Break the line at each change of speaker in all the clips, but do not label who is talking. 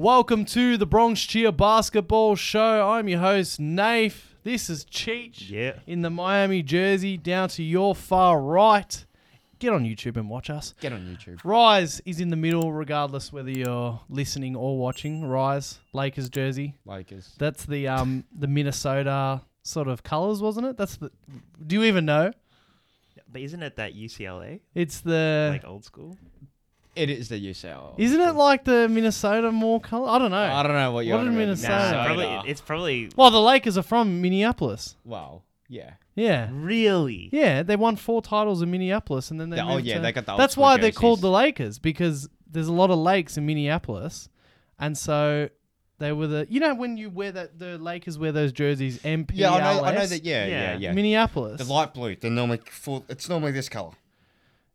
Welcome to the Bronx Cheer Basketball Show. I'm your host, Naif. This is Cheech
Yeah.
in the Miami jersey down to your far right. Get on YouTube and watch us.
Get on YouTube.
Rise is in the middle, regardless whether you're listening or watching. Rise, Lakers jersey.
Lakers.
That's the um the Minnesota sort of colors, wasn't it? That's the. Do you even know?
But isn't it that UCLA?
It's
Uh,
the.
Like old school?
It is the UCL.
isn't it like the Minnesota more color? I don't know.
I don't know what you're
What
on
did
about.
Minnesota- Nah,
Nah,
Sorry.
probably, it's probably
well, the Lakers are from Minneapolis.
Wow. Yeah.
Yeah.
really.
Yeah, they won four titles in Minneapolis, and then they.
The- oh,
moved
yeah,
to-
they got the old
That's
school
why they're called
jerseys.
the Lakers because there's a lot of lakes in Minneapolis, and so they were the. You know when you wear that the Lakers wear those jerseys MPLS.
Yeah, I know, I know that. Yeah, yeah,
Yeah.
yeah.
Minneapolis.
The light blue. They're normally full. It's normally this color.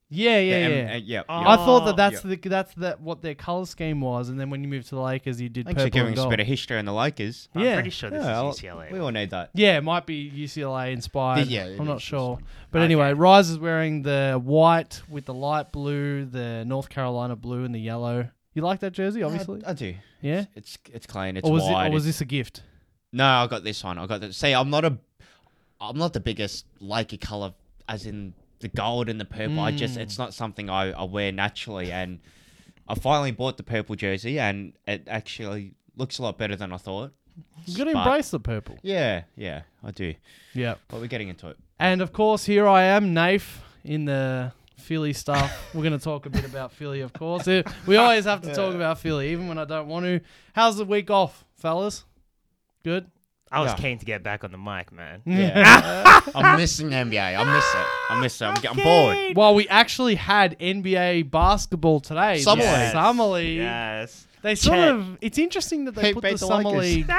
yeah, yeah,
M- uh,
yeah.
yeah.
Oh.
yeah.
I thought that
Oh.
that's the that's that what their color scheme was, and then when you moved to the Lakers, you did
Thanks for
purple
giving
and
us a
gold.
bit of history on the Lakers.
I'm
yeah.
pretty sure this
Yeah, I'll-
is UCLA.
We all need that.
Yeah, it might be UCLA inspired.
Yeah, it
I'm not
is.
sure. But anyway, Rise is wearing the white with the light blue, the North Carolina blue, and the yellow. You like that jersey, obviously?
I, I do.
yeah.
It's it's clean. It's
Or was
wide.
it, or was
it's-
this a gift?
No, I got this one. I got this. See, I'm not a.
I'm not the biggest Laker color,
As in the gold and the purple. I just. It's not something I, I wear naturally. And I finally bought the purple jersey, and it actually looks a lot better than I thought.
You got to
But-
embrace the purple.
Yeah, yeah, I do.
Yeah.
But we're getting into it.
And of course, here I am, Naif, in the Philly stuff. We're going to talk a bit about Philly, of course. Eh, We always have to talk about Philly, even when I don't want to. How's the week off, fellas? Good?
I was
Yeah. Mm,
keen to get back on the mic, man.
Yeah.
I'm missing the NBA. I miss it.
I miss it. I'm, I'm bored.
Well, we actually had NBA basketball today. the
Summer league.
Yes.
Summer league.
Yes.
They sort
Chet.
of. It's interesting that they
Hey,
put
beat
the
the
summer
Lakers.
league.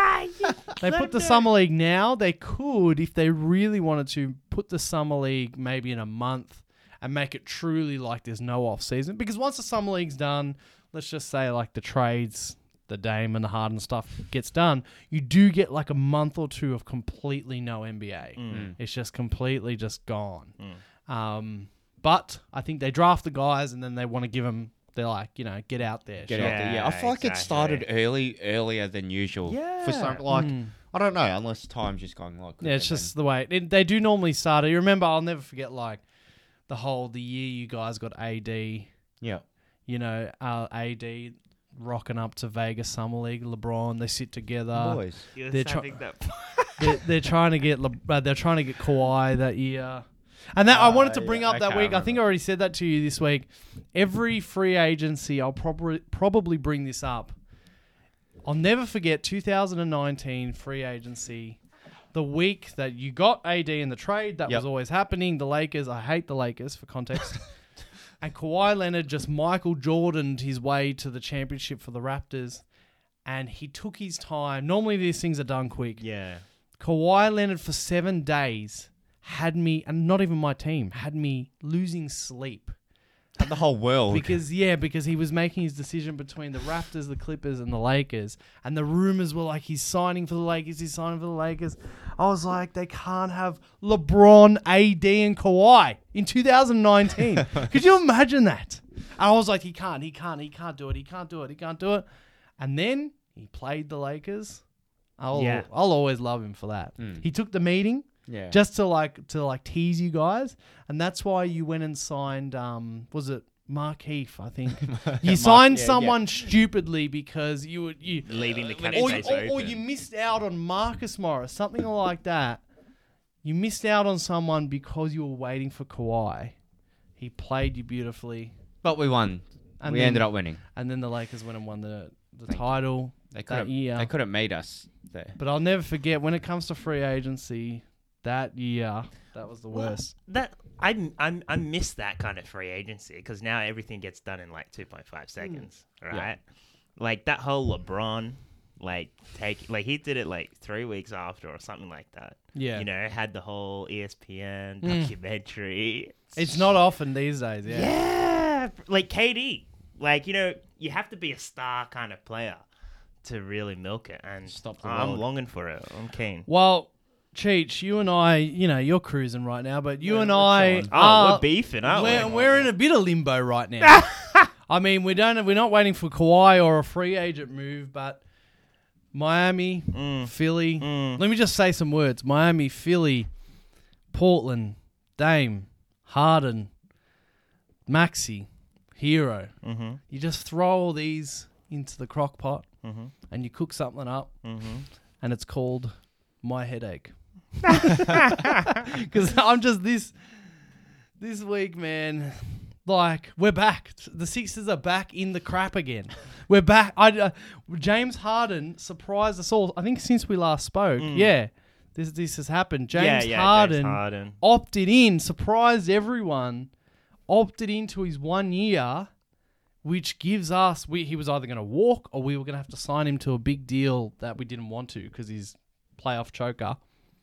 They put the summer league now. They could, if they really wanted to, put the summer league maybe in a month and make it truly like there's no off season. Because once the summer league's done, let's just say like the trades, the Dame and the Harden stuff gets done, you do get like a month or two of completely no
Mm.
NBA. Mm. It's just completely just gone. Um, but I think they draft the guys and then they want to give them. They're like, you know, get out there.
Get
show
out there. Yeah, I
Yeah,
feel like it started early, earlier than usual. For some, like, I don't know, unless time's just gone like.
Yeah, it's
then-
just the way it, they do normally start it. You remember, I'll never forget like the whole the year you guys got AD, you
Yeah.
know, uh, AD rocking up to Vegas Summer League, LeBron. They sit
Oh,
together.
Boys.
You were
They're try-
sounding that-
They're, they're trying to get Le- uh, they're trying to get Kawhi that year. And that I wanted to
yeah,
bring up that
Uh, okay, I
week. I, think I already said that to you this week. Every free agency, I'll probably probably bring this up. I'll never forget 2019 free agency. The week that you got AD in the trade, that
Yep.
was always happening. The Lakers, I hate the Lakers for context. and Kawhi Leonard just Michael Jordaned his way to the championship for the Raptors. And he took his time. Normally these things are done quick.
yeah.
Kawhi Leonard for seven days had me, and not even my team, had me losing sleep.
Had the whole world.
Because, yeah, because he was making his decision between the Raptors, the Clippers, and the Lakers. And the rumors were like, he's signing for the Lakers, he's signing for the Lakers. I was like, they can't have LeBron, AD, and Kawhi in 2019. Could you imagine that? And I was like, he can't, he can't, he can't do it, he can't do it, he can't do it. And then he played the Lakers. I'll,
Yeah.
I'll always love him for that. He took the meeting
yeah.
just to like to like tease you guys, and that's why you went and signed. Um, was it Markeef? I think you signed
yeah, yeah.
someone stupidly because you were you
Leaving the
or,
categories
or,
open.
or you missed out on Marcus Morris, something like that. You missed out on someone because you were waiting for Kawhi. He played you beautifully,
But we won.
And
we
then-
ended up winning.
and then the Lakers went and won the the title
They could
that
have.
year.
They could have made us there.
but I'll never forget when it comes to free agency that year. That was the worst.
that I, I I miss that kind of free agency because now everything gets done in like
Hmm.
2.5 seconds, right? Like that whole LeBron, like take like he did it like three weeks after or something like that.
Yeah. Hmm.
you know, had the whole E ESPN documentary.
It's not often these days. Yeah.
Yeah, like KD, like you know, you have to be a star kind of player to really milk it. And
Stop the
I'm
world.
longing for it. I'm keen.
Well, Cheech, you and I, you know, you're cruising right now, but you and I
Oh,
are
we're beefing, aren't
we're,
we?
we're in a bit of limbo right now. I mean, we don't. We're not waiting for Kawhi or a free agent move, but Miami,
Mm.
Philly. Let me just say some words: Miami, Philly, Portland, Dame, Harden, Maxi, Hero. Mm-hmm. You just throw all these into the crock pot,
Mm-hmm.
and you cook something up, and it's called my headache. Because I'm just this this week, man. Like we're back. The Sixers are back in the crap again. We're back. I, uh, James Harden surprised us all. I think since we last spoke, yeah, this this has happened.
Mm. yeah,
James,
yeah,
Harden
James Harden.
opted in, surprised everyone, opted into his one year, which gives us we he was either going to walk or we were going to have to sign him to a big deal that we didn't want to because he's playoff choker.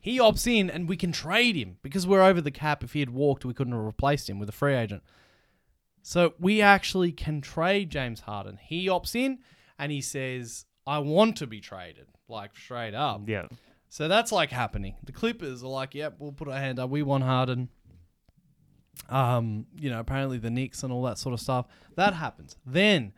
he opts in and we can trade him because we're over the cap. If he had walked, we couldn't have replaced him with a free agent. So we actually can trade James Harden. He opts in and he says, I want to be traded, like straight up.
Yeah.
So that's like happening. The Clippers are like, yep, we'll put our hand up. We want Harden. Um, you know, apparently the Knicks and all that sort of stuff. That happens. Then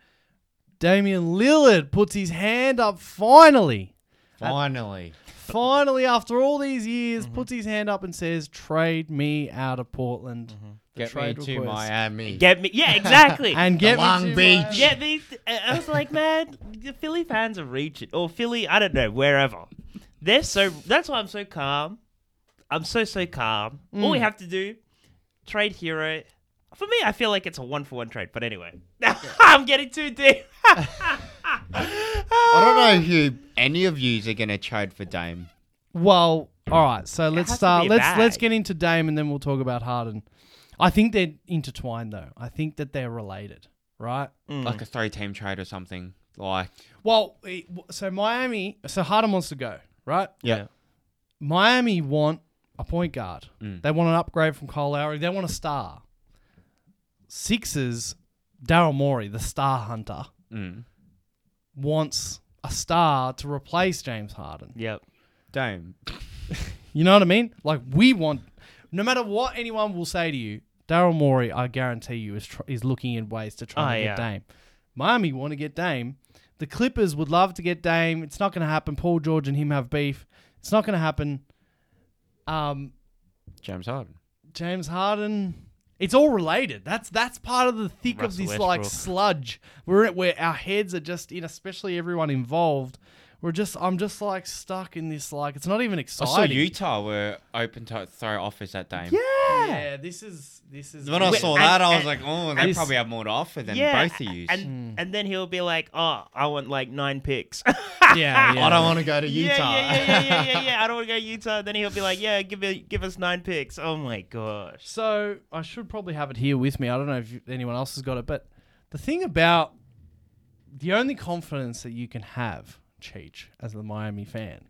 Damian Lillard puts his hand up finally.
Finally.
Finally, after all these years,
Mm-hmm.
puts his hand up and says, Trade me out of Portland. The
Mm-hmm. Get me
trade
to
request.
Miami.
Get me. Yeah, exactly.
And get me
Long
to
Beach.
Miami.
yeah, these. I was like, man, the Philly fans are reaching, or Philly, I don't know, wherever. They're so. That's why I'm so calm. I'm so so calm. All we have to do, trade hero. For me, I feel like it's a one for one trade. But anyway, I'm getting too deep.
I
I
don't know who.
Any of yous are gonna trade for Dame?
Well, all right. So let's
has to
start.
be
Let's
bad.
let's get into Dame, and then we'll talk about Harden. I think they're intertwined, though. I think that they're related, right?
Mm.
Like a three-team trade or something? Like
Well, it- w- so Miami, so Harden wants to go, right?
yeah,
Miami want a point guard.
Mm.
They want an upgrade from Kyle Lowry. They want a star. Sixers, Daryl Morey, the star hunter,
Mm.
wants a star to replace James Harden.
Yep.
Dame.
You know what I mean? Like we want, no matter what anyone will say to you, Daryl Morey, I guarantee you, is tr- is looking in ways to try
Oh,
and get
yeah.
Dame. Miami want to get Dame. The Clippers would love to get Dame. It's not going to happen. Paul George and him have beef. It's not going to happen. Um,
James Harden.
James Harden. It's all related. That's that's part of the thick of
Russell
this like
Westbrook.
sludge. We're at where our heads are just in, especially everyone involved. We're just I'm just like stuck in this like it's not even
I
exciting.
saw Utah were open to throw offers at Dame.
Yeah, this is this is.
When I
Wait,
saw
and-
that, I was
and-
like, oh, they
This-
probably have more to offer than
yeah.
both of you.
And and then he'll be like, oh, I want like nine picks.
yeah, yeah.
I don't want to go to Utah.
Yeah, yeah, yeah, yeah, yeah, yeah, yeah. I don't want to go to Utah. Then he'll be like, yeah, give me, give us nine picks. Oh my gosh.
So I should probably have it here with me. I don't know if you- anyone else has got it, but the thing about the only confidence that you can have, Cheech, as the Miami fan,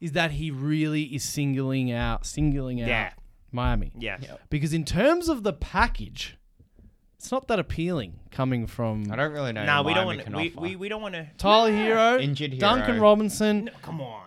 is that he really is singling out, singling out
Yeah.
Miami.
Yeah.
Because in terms of the package, it's not that appealing coming from
I don't really know.
No, we don't
want
want we, we we don't want to.
Tyler Hero,
Injured
Duncan
hero.
Robinson.
No, come on,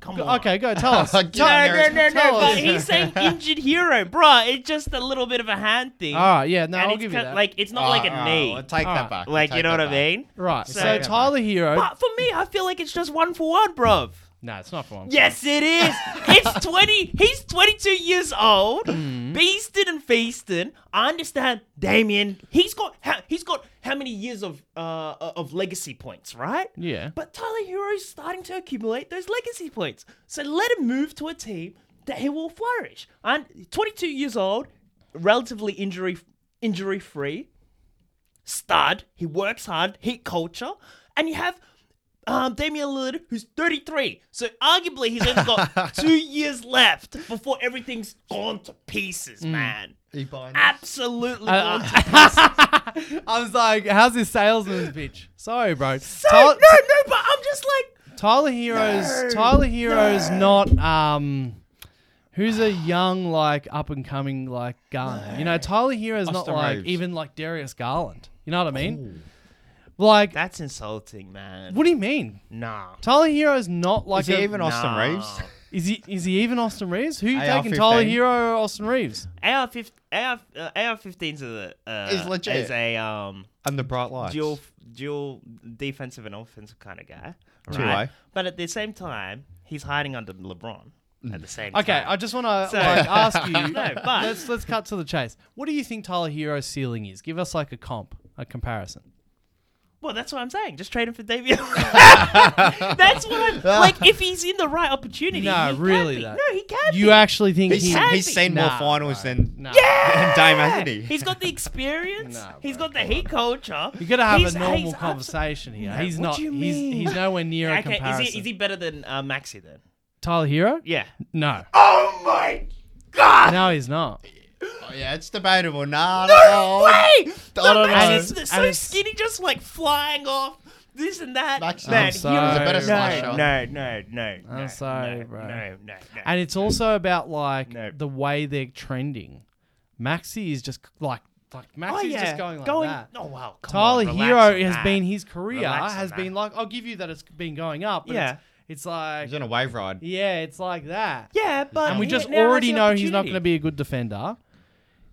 come on.
Okay, go tell us.
Get
Tell-
No, no,
in there.
no, no.
Tell us.
But he's saying injured hero, bruh. It's just a little bit of a hand thing.
All right, yeah, no,
and
I'll
it's
give you
cut-
that.
Like it's not like
Oh,
a
oh,
knee. Uh,
I'll take
Alright.
that back. I'll
like
take
you know
that
what I
back.
mean?
right, so,
So-
Tyler Hero.
But for me, I feel like it's just one for one, bruv.
No, it's not for one.
Yes, it is. it's 20. He's 22 years old.
Mm-hmm.
Beasting and feasting. I understand, Damien. He's got how, he's got how many years of uh of legacy points, right?
Yeah.
But Tyler Hero's starting to accumulate those legacy points. So let him move to a team that he will flourish. And 22 years old, relatively injury injury free, stud. He works hard, hit culture, and you have um, Damian Lillard, who's 33. So arguably, he's only got two years left before everything's gone to pieces, man.
He
Ah,
buying it?
Absolutely
Mm. Uh,
gone to pieces.
I was like, how's this salesman's bitch? Sorry, bro.
no, no,
Tyler,
no, but I'm just like,
Tyler Heroes. Tyler Heroes not um. Who's a young like up and coming like gun? You know, Tyler Heroes not
Austin
like
Reeves.
even like Darius Garland. You know what I mean? Like,
that's insulting, man.
what do you mean?
Nah.
Tyler Heroes not like
Is he
a-
even Austin
Nah.
Reeves?
Is he is he even Austin Reeves? Who you
AR-15?
taking, Tyler Hero or Austin Reeves?
AR fif- AR uh, AR 15s are the, uh,
Is legit.
Is a um
And the bright lights.
dual dual defensive and offensive kind of guy,
Two
right?
way.
But at the same time, he's hiding under LeBron. At the same
Okay,
time.
I just want to
So-
like, ask you.
No, but-
let's let's cut to the chase. What do you think Tyler Hero's ceiling is? Give us like a comp, a comparison.
Well, that's what I'm saying. Just trade him for Davion. that's what I'm like. If he's in the right opportunity,
No,
he can
really
be.
though.
No, he can.
You
be.
actually think
He's,
he?
had-
he's
Happy.
seen
Nah,
more finals
bro.
than
Nah.
Yeah,
Dame, hasn't he?
He's got the experience.
Nah,
he's
bro,
got the heat culture.
You gotta have
He's-
a
he's
normal
abso-
conversation here.
No,
he's
what
not.
do you mean?
He's he's nowhere near a
Okay,
comparison.
is he is he better than uh, Maxi then?
Tyler Hero?
Yeah.
No,
Oh my god!
no, he's not.
yeah, it's debatable. Nah, no
Hey, the
don't know.
man
And
is
it's-
so
Oh. and it's-
skinny, just like flying off this and that.
Max-
man,
I'm
he
sorry,
was
He's a better
slasher.
No, no, no, no.
I'm sorry,
no,
bro.
No, no, no.
And it's also about like
No.
the way they're trending. Maxi is just like like
oh,
Maxi's
yeah.
just going like that.
Oh wow, come
Tyler
on, relax
Hero
on
has
that.
been his career
Relax on
has
that.
been like I'll give you that it's been going up. But
Yeah.
it's, it's like
He's on a wave ride.
yeah, it's like that.
Yeah, but
And we
he-
just
now has
already
the
know he's not going to
opportunity.
be a good defender.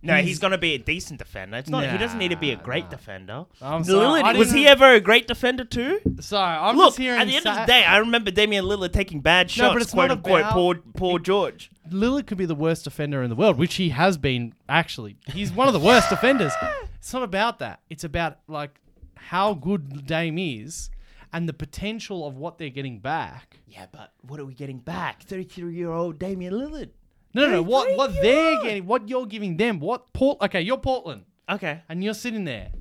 No, he's,
he's-
going to be a decent defender. It's not. he doesn't need to be a
Nah,
great
nah.
defender.
I'm sorry, I
Lillard, was
didn't-
he ever a great defender too?
So I'm
Look,
just hearing
at the end of
sa-
the day, I remember Damian Lillard taking bad shots,
but it's
quote
not
unquote,
about-
poor, poor George.
Lillard could be the worst defender in the world, which he has been actually. He's one of the worst defenders. It's not about that. It's about like how good Dame is and the potential of what they're getting back.
Yeah, but what are we getting back? 33 year old Damian Lillard.
No, no, no. What
Thirty-three
what
year
they're
old.
getting, what you're giving them, what Port? Okay, you're Portland,
Okay.
and you're sitting there.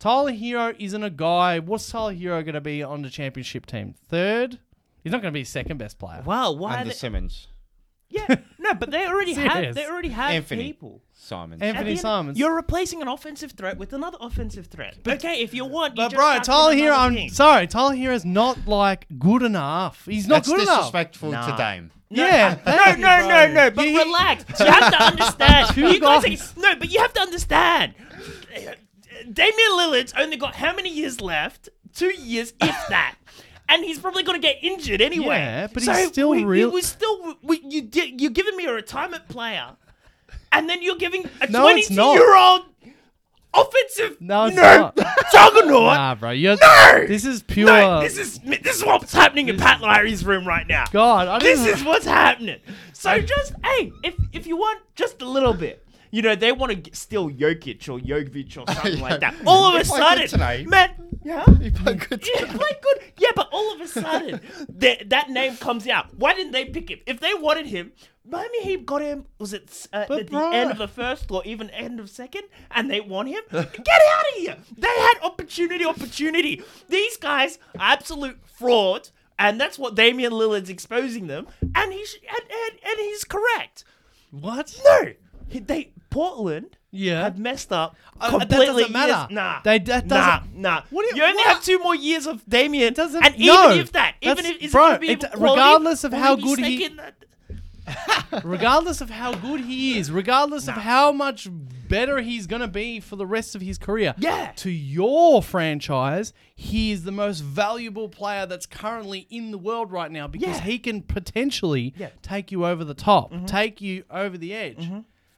Tyler Hero isn't a guy. What's Tyler Hero going to be on the championship team? Third? He's not going to be second best player.
Wow, why? are
Under
They,
Simmons.
yeah, no, but they already have
Serious.
they already have
Anthony.
people.
Simons.
At the
Anthony
end-
Simons.
You're replacing an offensive threat with another offensive threat. okay, if you want, you
But Uh,
just
bro,
chuck in
Tyler Hero,
another
I'm
thing.
sorry, Tyler Hero is not like good enough. He's not
That's
good enough.
disrespectful
Nah.
to Dame.
Yeah,
No,
thank you,
no, no,
bro.
no. But
You-
relax. You have to understand.
Two
you guys
guys.
are, no, but you have to understand. Damian Lillard's only got how many years left? Two years, if that. And he's probably going to get injured anyway.
Yeah, but
So
he's still
we,
real-
We, we still we, you di- you're giving me a retirement player, and then you're giving a
No, it's
22
not.
year old offensive
No, it's not.
nerd juggernaut.
Nah, bro, you're,
No!
this is pure.
No, this is this is what's happening in Pat Lyrie's room right now.
God. I
This
didn't,
is what's happening. So just hey, if if you want just a little bit, you know they want to steal Jokic or Jovic or something like that. All of
He
a
played good
sudden,
tonight.
man, yeah,
He played good
yeah, played good. Yeah, but all of a sudden that that name comes out. Why didn't they pick him? If they wanted him, Miami Heat got him. Was it uh,
But
at the
bro-
end of the first or even end of second? And they want him. Get out of here! They had opportunity, opportunity. These guys are absolute fraud, and that's what Damian Lillard's exposing them. And he sh- and, and and he's correct.
what?
No, He- they Portland.
Yeah.
Have messed up
Uh, that
completely.
doesn't matter.
Yes, nah.
They- that doesn't-
nah. Nah.
What do
you,
you-
only
what?
have two more years of Damien.
doesn't-
and
no.
even if that, even
That's-
if is
bro,
it gonna be
it-
quality,
regardless of
will
how
be
good he-
second?
regardless of how good he is, regardless of how much better he's going to be for the rest of his career,
Yeah.
to your franchise, he is the most valuable player that's currently in the world right now because
Yeah.
he can potentially
Yeah. Mm-hmm.
take you over the top, take you over the edge.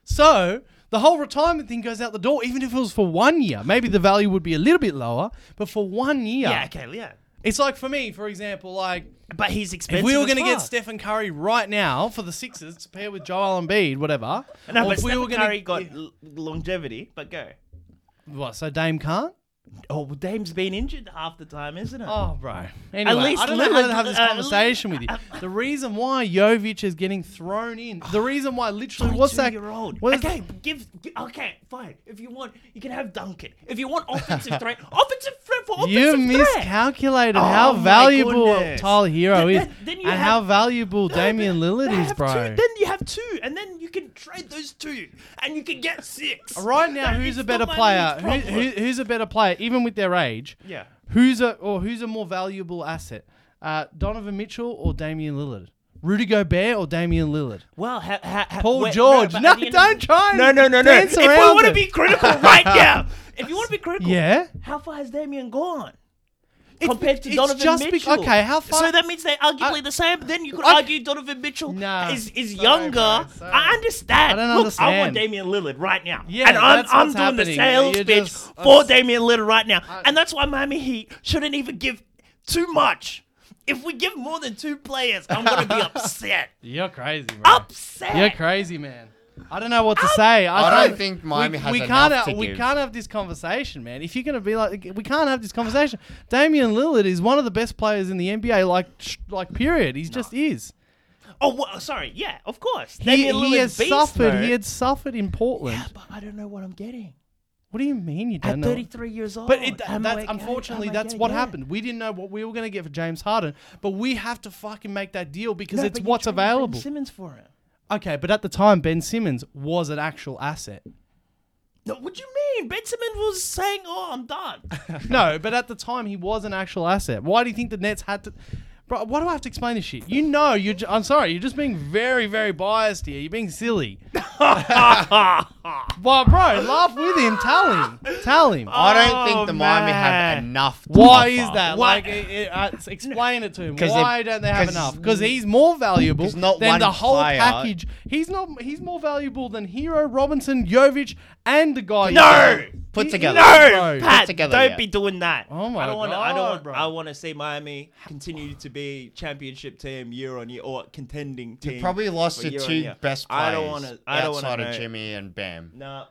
So. The whole retirement thing goes out the door, even if it was for one year. Maybe the value would be a little bit lower, but for one year,
Yeah. Okay. Yeah.
it's like for me, for example, like
But he's expensive.
if we were
going to
get Stephen Curry right now for the Sixers to pair with Joel Embiid, whatever,
no,
or
but
if
Stephen
gonna
Curry got
get-
l- longevity. But go.
what? So Dame can't?
Oh, well, Dame's been injured half the time, isn't it?
Oh, bro. Anyway,
least
I don't know how
Lillard-
to have this
uh, Lillard-
conversation with you. The reason why Jovic is getting thrown in, the reason why literally Oh, what's that?
Year old.
what is-
Oh, okay, give. gi- Okay, fine. If you want, you can have Duncan. If you want offensive threat, offensive threat for offensive
You
threat.
miscalculated
Oh
how
my
valuable
goodness.
Tyler Hero
Then-
is
then- then you
and
have-
how valuable
No,
Damian
but
Lillard
they
is,
have
bro.
Two, then you have two, and then you can trade those two, and you can get six.
Right now,
That
who's
is
a
the
better
Miami
player? Who,
problem.
who, who's a better player, even with their age?
Yeah.
Who's a or who's a more valuable asset? Uh, Donovan Mitchell or Damian Lillard? Rudy Gobert or Damian Lillard?
Well, ha, ha, ha,
Paul
wait,
George.
but at
No,
the end of-
don't try and
No, no, no, no.
dance
If we
around
want to
it.
be critical right now, if you want to be critical,
Yeah.
How far has Damien gone? compared to
it's
Donovan
just bec-
Mitchell.
okay, how far-
So that means they're arguably the same. But then you could
I-
argue Donovan Mitchell
Nah,
is is
sorry,
younger.
bro, sorry.
I understand.
I don't
Look, I want
understand.
Damian Lillard right now.
Yeah,
and I'm,
that's
I'm
what's
doing the
happening.
sales
You're
pitch
just- I'm
for
s-
Damian Lillard right now. and that's why Miami Heat shouldn't even give too much. If we give more than two players, I'm gonna be upset.
You're crazy, bro.
Upset.
You're crazy, man. I don't know what to say. I,
I don't
can't-
think Miami
we,
has
we
enough
can't have,
to
we
give.
can't have this conversation, man. If you're gonna be like, we can't have this conversation. Damian Lillard is one of the best players in the NBA. Like, sh- like period. He just is.
Oh, well, sorry. Yeah, of course.
He,
Damian
he
Lillard's
has
beast,
suffered.
though.
He had suffered in Portland.
Yeah, but I don't know what I'm getting.
What do you mean you
At Oh,
don't know?
33 years old.
But it,
am
that's
I getting-
unfortunately
am I
that's
getting-
what
oh yeah.
happened. We didn't know what we were going to get for James Harden, but we have to fucking make that deal because
No,
it's
but you
what's
traded Ben
available.
Simmons for him.
okay, but at the time Ben Simmons was an actual asset.
No, what do you mean? Ben Simmons was saying, "Oh, I'm done."
no, but at the time he was an actual asset. Why do you think the Nets had to? Bro, why do I have to explain this shit? You know, you're. Ju- I'm sorry, you're just being very, very biased here. You're being silly. well, bro, laugh with him. Tell him. Tell him.
I don't
Oh,
think the Miami
man.
have enough. To
Why
offer.
is that?
Why-
Like, it, it, uh, s- explain it to him.
'Cause they-
Why don't they have
'cause-
enough? Because he's more valuable
'Cause not
than
one
the whole
player-
package. He's not. He's more valuable than Hero, Robinson, Jovic, and the guy. you
No!
got.
Put
He-
together.
no,
Bro.
Pat,
together
don't
yet.
be doing that.
Oh my
I don't wanna- I don't
God,
want-
bro.
I want to see Miami continue to be championship team year on year or contending team.
You probably lost
for
your
year on
two
year.
best players
I don't want to. I don't want
outside
to.
of Jimmy and Bam.
No,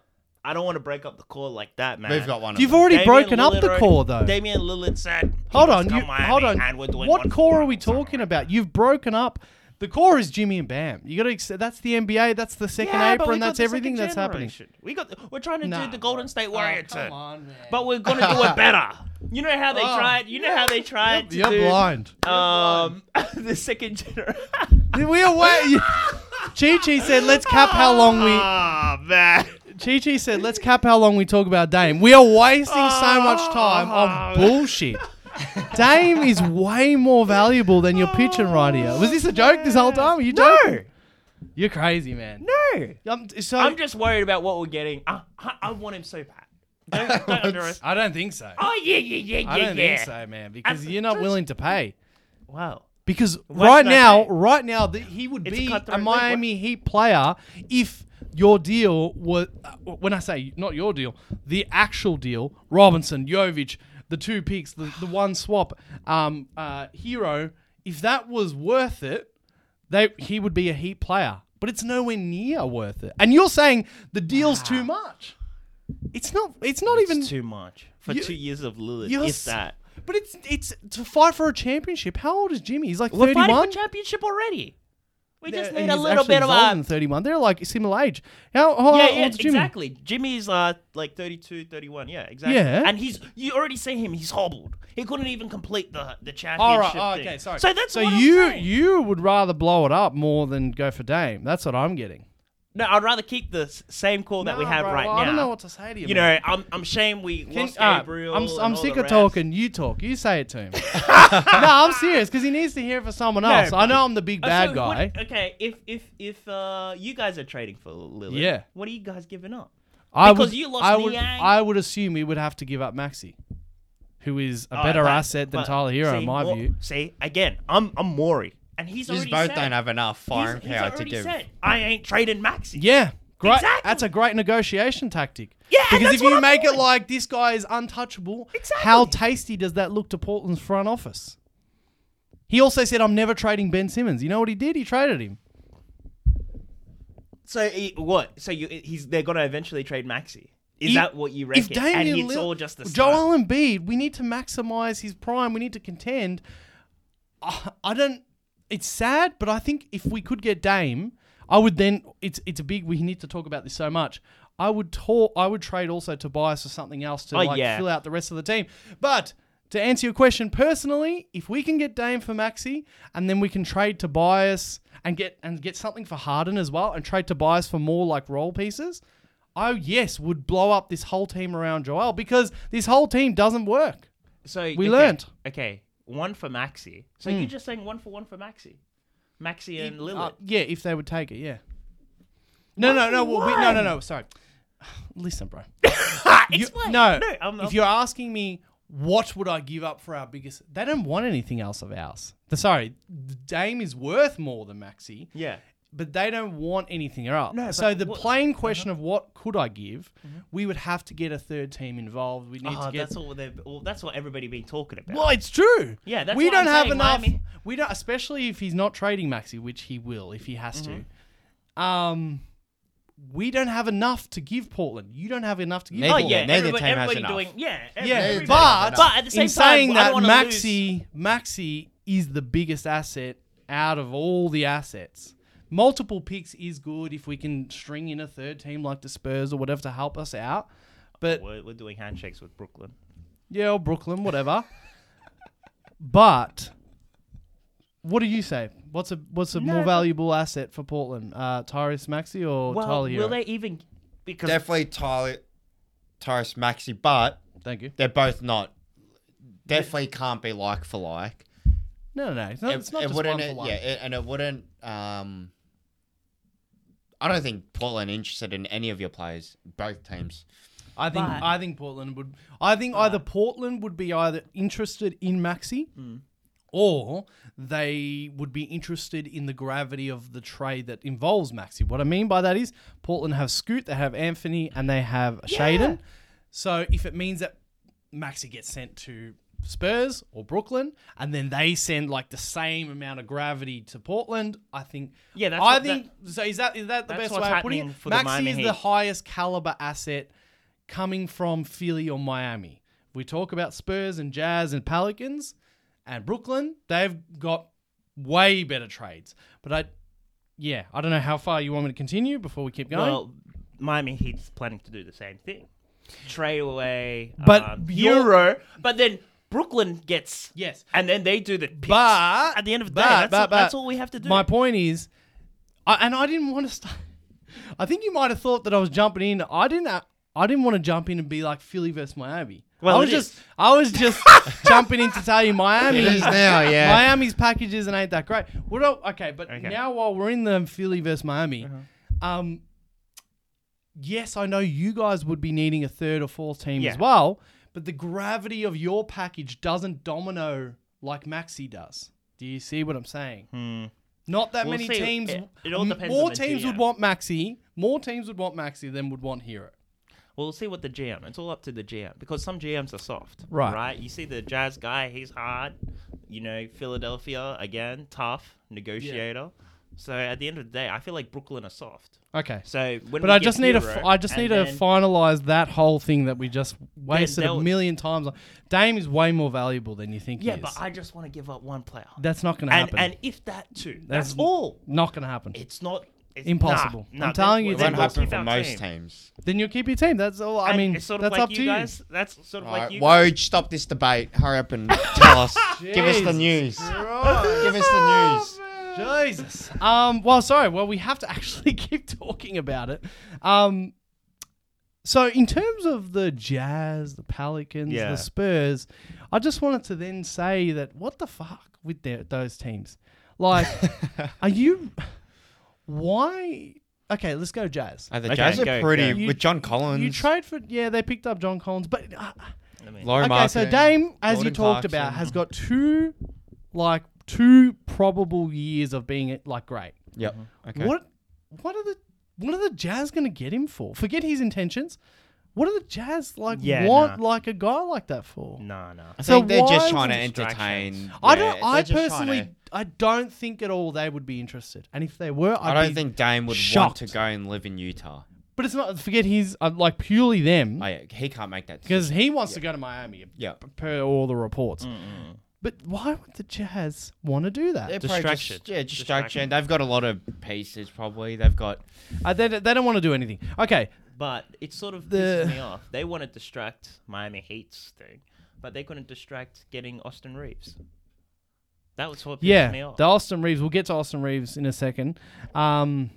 I don't want to break up the core like that, man.
We've got one.
You've
of them.
already
Damian
broken up
Lillard
the
already-
core, though.
Damian Lillard said,
hold
"Let's
on.
come
You,
Miami,
hold on.
and we're doing
What
one for
core
one
are we
or something
talking
like
about? You've broken up. The core is Jimmy and Bam. You got to. accept That's the NBA. That's the
that."
second
Yeah, but we
apron.
got
That's
the
everything
second
that's happening.
generation. We got. We're trying to
Nah,
do the Golden
bro.
State
Oh,
Warrior
come
turn,
on, man.
but we're gonna do it better. You know how they
Oh.
tried. You know how they tried to
You're
do
blind.
um the second generation.
we are waiting. Chi Chi said, "Let's cap how long we."
Ah man.
Chi Chi said, let's cap how long we talk about Dame. We are wasting so much time
Oh,
on bullshit. Dame is way more valuable than you're pitching right here. Was this a joke this whole time? Are you
Oh, No.
joking? You're crazy, man.
No.
I'm, so,
I'm just worried about what we're getting. I, I, I want him so bad. Don't, don't underestimate.
I don't think so.
Oh yeah, yeah, yeah,
I
yeah,
don't
yeah.
think so, man, because
I'm-
you're not willing to pay.
Wow.
Because
Why
right
should I
now,
pay?
right now, the, he would
It's a
be
cutthroat
a
league. What-
Miami Heat player if your deal was. Uh, when I say not your deal, the actual deal: Robinson, Jovic, the two picks, the, the one swap, um, uh, Hero. If that was worth it, they he would be a Heat player. But it's nowhere near worth it. And you're saying the deal's too much. It's not. It's not even.
it's too much for
You-
two years of Lillard.
you're
If
s-
that
But it's it's to fight for a championship. How old is Jimmy? He's like
we're fighting
thirty-one.
for championship already. We just
Yeah,
need
and
a
he's
little
actually
bit of
he's older
a
than 31. They're like similar age. How, how
yeah,
old
yeah,
is Jimmy?
exactly. Jimmy's uh like 32, 31. Yeah, exactly.
Yeah.
and he's you already see him. He's hobbled. He couldn't even complete the the championship.
All right. oh,
thing.
okay. Sorry.
So that's
so
what I'm
you
saying.
you would rather blow it up more than go for Dame. That's what I'm getting.
No, I'd rather keep the s- same call that we
Nah,
have
bro,
right
well,
now.
I don't know what to say to you.
You
man.
know, I'm I'm ashamed we
Can-
lost
uh,
Gabriel.
I'm,
and
I'm
all
sick
the
of
rest.
talking. You talk. You say it to him. no, I'm serious because he needs to hear it for someone else. I
but-
know I'm the big
Oh,
bad
so
guy.
what- okay, if if if uh you guys are trading for Lillard,
Yeah.
what are you guys giving up?
I
because
would,
you lost
I would,
Niang.
I would assume he would have to give up Maxi, who is a
All right,
better
but-
asset than
Oh, but
Tyler Hero
see,
in my
Mo-
view.
See, again, I'm I'm Maury, and he's
You
already
both
said,
don't have enough firing
he's, he's
power to
already
give.
said, I ain't trading Maxi.
Yeah. Great.
Exactly.
That's a great negotiation tactic.
Yeah, and
Because
that's
if you
what I'm
make it
doing.
like this guy is untouchable,
Exactly.
how tasty does that look to Portland's front office? He also said, I'm never trading Ben Simmons. You know what he did? He traded him.
So he, what? So you, he's they're gonna eventually trade Maxi. Is
If-
that what you reckon?
If Damian
and it's
Lill-
all just the start.
Joel Embiid, we need to maximize his prime. We need to contend. I, I don't. It's sad, but I think if we could get Dame, I would then. It's it's a big. We need to talk about this so much. I would talk. I would trade also Tobias for something else to
Oh,
like
yeah.
fill out the rest of the team. But to answer your question personally, if we can get Dame for Maxi, and then we can trade Tobias and get and get something for Harden as well, and trade Tobias for more like role pieces. I yes would blow up this whole team around Joel because this whole team doesn't work.
So
We Hmm. learnt.
Okay, one for Maxi. So you're just saying one for one for Maxi, Maxi and Lillard.
Uh, yeah, if they would take it, yeah. No, no, no, well, we, no, no, no. Sorry. Listen, bro. You-
Explain.
no,
no, I'm,
if you're asking me what would I give up for our biggest? They don't want anything else of ours. The- Sorry, Dame is worth more than Maxi,
Yeah.
but they don't want anything else.
No,
so
but
the
what- Uh-huh.
plain question of what could I give, we would have to get a third team involved. We need
Oh,
to get
that's all they've. Well, that's what everybody been talking about.
Well, it's true.
Yeah, that's
we
what
don't
I'm
have
saying,
enough.
Miami.
We don't, especially if he's not trading Maxi, which he will if he has to.
Mm-hmm.
Um, we don't have enough to give Portland. You don't have enough to give.
Maybe-
Portland.
Oh, yeah, neither team has enough.
yeah, every-
Yeah,
everybody-
but-
but at the same
In
time,
saying
I don't
that,
wanna lose-
Maxi Maxi is the biggest asset out of all the assets. Multiple picks is good if we can string in a third team like the Spurs or whatever to help us out. But
We're, we're doing handshakes with Brooklyn.
yeah, or Brooklyn, whatever. but what do you say? What's a what's a
No,
more
but-
valuable asset for Portland? Uh, Tyrese Maxey or
Well,
Tyler Hero?
will they even? Because
Definitely Tyler, Tyrus Maxi, but
Thank you.
they're both not. Definitely can't be like for like.
No, no, no. It's not, it's not just
wouldn't.
one for
it-
one.
Yeah, it, and it wouldn't. Um, I don't think Portland interested in any of your players. Both teams.
I think
But-
I think Portland would. I think either Portland would be either interested in Maxi,
Hmm.
or they would be interested in the gravity of the trade that involves Maxi. What I mean by that is Portland have Scoot, they have Anthony, and they have Shaden. So if it means that Maxi gets sent to Spurs or Brooklyn, and then they send like the same amount of gravity to Portland, I think.
Yeah, that's
I
what-
think. so is that is that the
That's
best
what's
way of putting
happening
it?
for the
Maxi
Miami
is
Heat.
the highest caliber asset coming from Philly or Miami. We talk about Spurs and Jazz and Pelicans and Brooklyn. They've got way better trades. But I, yeah, I don't know how far you want me to continue before we keep going.
well, Miami Heat's planning to do the same thing. Trade away,
But
um,
you're-
Euro, but then Brooklyn gets
Yes.
and then they do the picks.
but
at the end of the
but-
day, that's,
but-
all, that's
but
all we have to do.
My point is, I, and I didn't want to start. I think you might have thought that I was jumping in. I didn't. a- I didn't want to jump in and be like Philly versus Miami.
Well,
I was
it
just. I was just jumping in to tell you Miami
It is now, yeah.
Miami's packages and ain't that great. What? el- Okay, but
Okay. Uh-huh.
now while we're in the Philly versus Miami, um, yes, I know you guys would be needing a third or fourth team
Yeah.
as well, but the gravity of your package doesn't domino like Maxi does. Do you see what I'm saying?
Hmm.
Not that
We'll
many
see.
teams.
It- it all
m-
depends
More
on the
teams would
GM.
want Maxi. More teams would want Maxi than would want Hero.
We'll see what the GM. It's all up to the GM because some GMs are soft,
Right.
Right. You see the Jazz guy, he's hard. You know, Philadelphia again, tough negotiator. So at the end of the day, I feel like Brooklyn are soft.
Okay.
So when
But
we
I
get
just need to.
Hero,
F- I just
and
need to
then-
finalize that whole thing that we just wasted a
they'll-
million times. on. Dame is way more valuable than you think.
Yeah,
he is.
but I just want to give up one player.
That's not going to
and
happen.
and if that too, that's,
That's-
all.
not going to happen.
It's not it's,
Impossible.
Nah, nah,
I'm telling
then-
you,
It
Then
won't
then we'll
happen
keep
for
our
most
team.
teams.
then you'll keep your team. That's all. I
And
mean,
it's sort of
that's
like
up
you
to you.
guys. That's sort of
All right,
like you. guys.
Woj, stop this debate. Hurry up and tell us. Give us the
Jesus
news. Give us the news.
Jesus. Um. Well, sorry. Well, we have to actually keep talking about it. Um. So, in terms of the Jazz, the Pelicans,
Yeah.
the Spurs, I just wanted to then say that what the fuck with their, those teams? Like, are you? Why? Okay, let's go Jazz.
Uh, the
Okay,
Jazz are
go,
pretty
go. You-
with John Collins.
You trade for yeah, they picked up John Collins, but uh,
I mean,
Laurie
okay, so
Marketing,
Dame, as you
Jordan
talked
Clarkson.
about, has got two, like two probable years of being like great.
Yep. Okay.
What, what are the, what are the Jazz gonna get him for? Forget his intentions. What are the Jazz like
Yeah,
want
nah.
like a guy like that for?
no, no.
I
So
think they're
why
just trying to
was
entertain.
distractions?
I
Yeah,
don't.
they're
I
just trying to-
personally, I don't think at all they would be interested. And if they were, I'd
I don't
be-
think Dame would
shocked.
want to go and live in Utah.
But it's not. Forget his. uh, like purely them.
Oh, yeah, he can't make that.
Because he wants to go to Miami,
Yeah.
per all the reports. But why would the Jazz want to do that?
They're probably
Distraction.
Just, yeah,
Distraction.
distraction.
They've got a lot of pieces. Probably they've got.
Uh, they, they don't want to do anything. Okay,
But it sort of
The-
pisses me off. They want to distract Miami Heat's thing, but they couldn't distract getting Austin Reeves. That was what pissed
yeah,
me off.
the Austin Reeves. We'll get to Austin Reeves in a second. Um,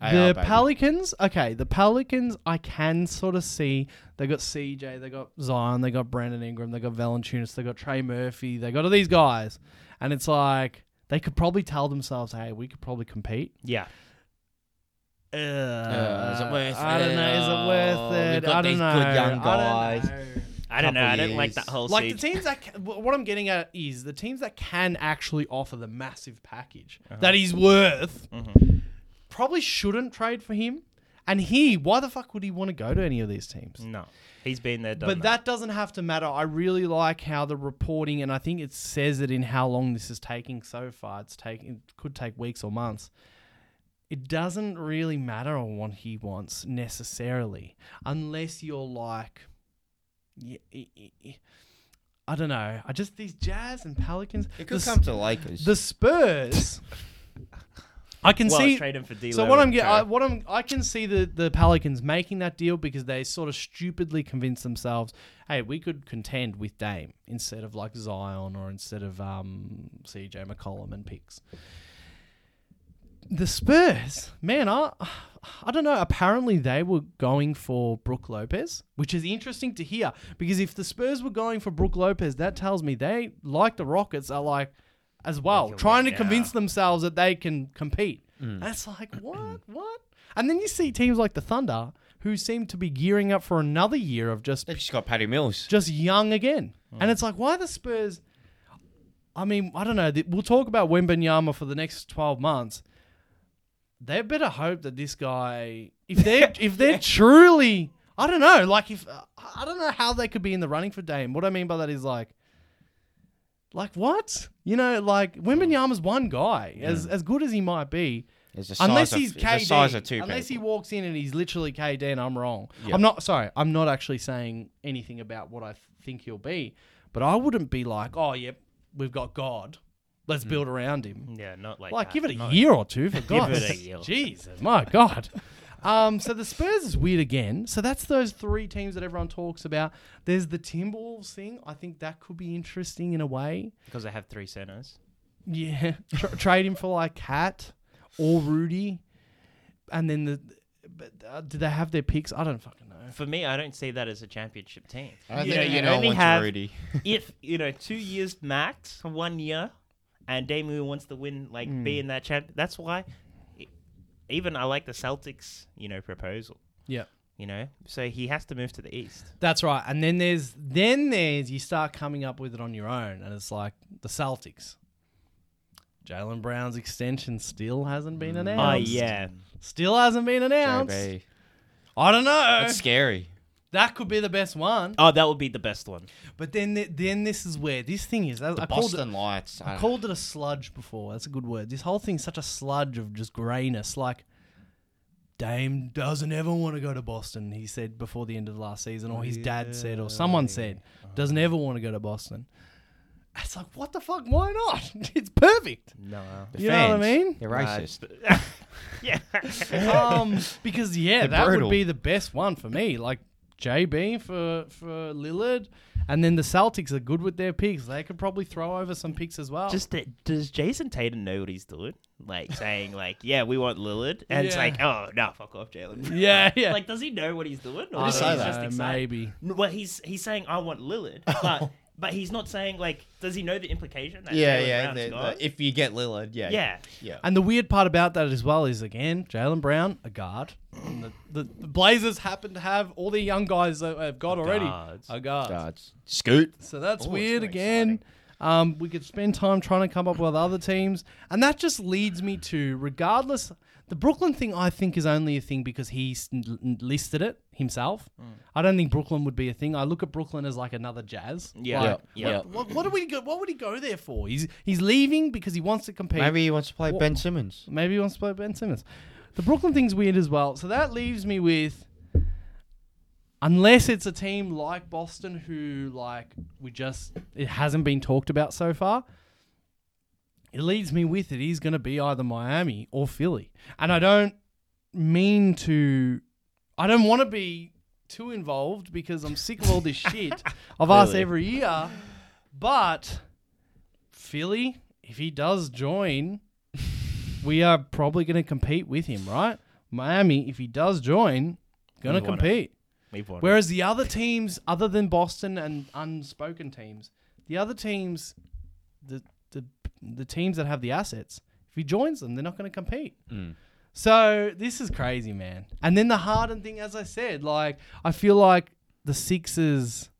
AR,
the
baby.
Pelicans. Okay, the Pelicans. I can sort of see they got CJ, they got Zion, they got Brandon Ingram, they got Valanciunas, they got Trey Murphy, they got all these guys, and it's like they could probably tell themselves, "Hey, we could probably compete."
yeah.
Uh,
is it worth
I don't know. Is
it?
it worth
Oh,
it?
we've got
I don't
these
know.
good young
I don't
guys.
know.
I I don't know. I
couple
don't like
years.
that whole
like the
siege-
teams that ca- wh- what I'm getting at is the teams that can actually offer the massive package that he's worth probably shouldn't trade for him. And he, why the fuck would he want to go to any of these teams?
No, he's been there, done
But that doesn't have to matter. I really like how the reporting, and I think it says it in how long this is taking so far. It's taking it could take weeks or months. It doesn't really matter on what he wants necessarily, unless you're like, y- y- y- I don't know. I just these Jazz and Pelicans.
It
the,
could
S-
come to the Lakers.
the Spurs. I can
Well,
see
trade him for D'Lo.
so what I'm
and
get,
Trey.
I, what I'm, I can see the the Pelicans making that deal because they sort of stupidly convinced themselves, hey, we could contend with Dame instead of like Zion or instead of um, CJ McCollum and picks. The Spurs, man, I, I don't know. Apparently, they were going for Brooke Lopez, which is interesting to hear because if the Spurs were going for Brooke Lopez, that tells me they, like the Rockets, are like as well,
can
trying to
win
convince
now.
themselves that they can compete. That's like, what? what? And then you see teams like the Thunder who seem to be gearing up for another year of just
They've just got Patty Mills.
just young again. And it's like, why the Spurs? I mean, I don't know. Th- We'll talk about Wembenyama for the next twelve months. They better hope that this guy, if they're if they're truly, I don't know, like if I don't know how they could be in the running for Dame. What I mean by that is like, like what you know, like Wembenyama's one guy, as as good as he might be.
There's a size
Unless
of-
he's
there's a
KD,
size of two
unless he
people.
walks in and he's literally KD, and I'm wrong. I'm not sorry. I'm not actually saying anything about what I think he'll be, but I wouldn't be like, oh, yep, we've got God. Let's
Hmm.
build around him.
yeah, not like
Like,
that.
give it a
No.
year or two for God.
it a year.
Jesus, my God. Um, so the Spurs is weird again. So that's those three teams that everyone talks about. There's the Timberwolves thing. I think that could be interesting in a way.
because I have three centers.
Yeah, Tr trade him for like Cat or Rudy, and then the. But uh, do they have their picks? I don't fucking know.
For me, I don't see that as a championship team.
I don't
You
think
know,
you
you
don't
only
want
have-
Rudy.
if you know two years max, one year, and Damu wants to win, like be in that champ. That's why, e- even I like the Celtics, you know, proposal.
Yeah,
You know, so he has to move to the east.
that's right. And then there's then there's you start coming up with it on your own, and it's like the Celtics. Jalen Brown's extension still hasn't been announced.
Oh yeah,
still hasn't been announced.
JB.
I don't know.
That's scary.
that could be the best one.
oh that would be the best one.
But then th- then this is where this thing is. I, I called it,
Boston Lights. I
I
don't-
called it a sludge before. That's a good word. This whole thing's such a sludge of just greyness. Like, Dame doesn't ever want to go to Boston, he said before the end of the last season, or his dad said, or someone said, doesn't ever want to go to Boston. It's like, what the fuck? Why not? It's perfect.
No,
the
you know what I
fans,
mean?
They're racist.
yeah,
um, because yeah,
They're
that
brutal.
would be the best one for me. Like JB for for Lillard, and then the Celtics are good with their picks. They could probably throw over some picks as well.
just that, does Jason Tatum know what he's doing? Like saying like, yeah, we want Lillard, and it's
Yeah.
like, oh no, fuck off, Jalen.
yeah, yeah.
Like, does he know what he's doing? Or
I
is he
don't
that.
just
know,
excited?
maybe.
N- Well, he's he's saying I want Lillard, but but he's not saying like does he know the implication? That
Yeah,
Jaylen
yeah.
Brown's
the- the-
gone?
if you get Lillard, yeah.
yeah.
Yeah.
And the weird part about that as well is again, Jalen Brown, a guard. And the, the, the Blazers happen to have all the young guys that have got already
Guards.
are guards.
Guards. Scoot.
So that's
Oh, it's
weird
not
again. Um, we could spend time trying to come up with other teams. And that just leads me to, regardless, the Brooklyn thing I think is only a thing because he s- n- listed it himself.
Mm.
I don't think Brooklyn would be a thing. I look at Brooklyn as like another jazz.
Yeah.
Like,
Yeah.
What, what, what do we go, what would he go there for? He's he's leaving because he wants to compete.
Maybe he wants to play
What-
Ben Simmons.
Maybe he wants to play Ben Simmons. The Brooklyn thing's weird as well. So that leaves me with unless it's a team like Boston who like we just it hasn't been talked about so far. It leads me with it is going to be either Miami or Philly. And I don't mean to I don't want to be too involved because I'm sick of all this shit I've asked every year. But Philly, if he does join, we are probably going to compete with him, right? Miami, if he does join, going to
We want it.
compete.
We've won.
Whereas the other teams, other than Boston and unspoken teams, the other teams, the the the teams that have the assets, if he joins them, they're not going to compete. So this is crazy, man. And then the Harden thing, as I said, like I feel like the Sixers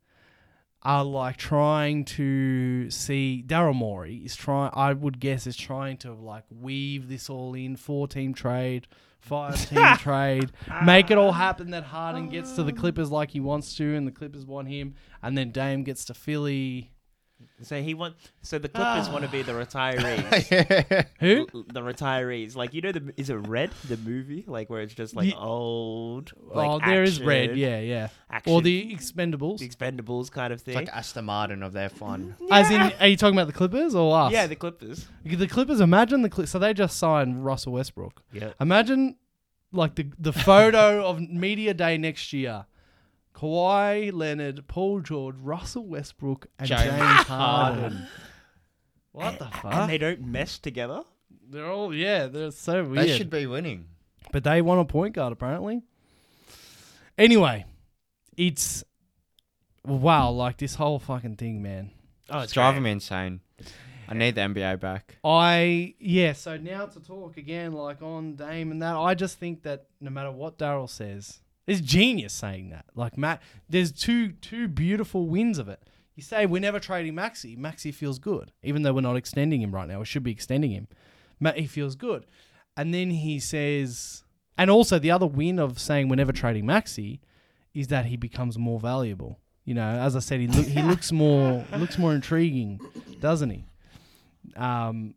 are like trying to see Daryl Morey is trying. I would guess is trying to like weave this all in four team trade, five team trade, make it all happen that Harden gets to the
Ah.
Clippers like he wants to, and the Clippers want him, and then Dame gets to Philly.
So he want. So the Clippers want to be the retirees.
Who?
L- the retirees, like you know, the is it Red the movie, like where it's just like
Ye-
old. Like,
oh, there is red.
action,
Yeah, yeah. Or
action-
the Expendables.
the Expendables kind of thing.
like Aston Martin of their fun.
As in, are you talking about the Clippers or us?
yeah, the Clippers.
The Clippers, imagine the Clippers. So they just signed Russell Westbrook.
Yeah.
Imagine like the the photo of media day next year. Kawhi Leonard, Paul George, Russell Westbrook, and James,
James
Harden. what the fuck?
And they don't mesh together.
They, are all yeah, they're so weird.
They should be winning.
but they want a point guard apparently. Anyway, it's wow, like this whole fucking thing, man.
Oh,
It's
it's
driving me insane. I need the NBA back.
I yeah, so now to talk again like on Dame and that, I just think that no matter what Daryl says, it's genius saying that. Like Matt there's two two beautiful wins of it. You say we're never trading Maxi. Maxi feels good, even though we're not extending him right now. We should be extending him. Ma- he feels good. And then he says and also the other win of saying we're never trading Maxi is that he becomes more valuable. You know, as I said, he look, he looks more looks more intriguing, doesn't he? Um,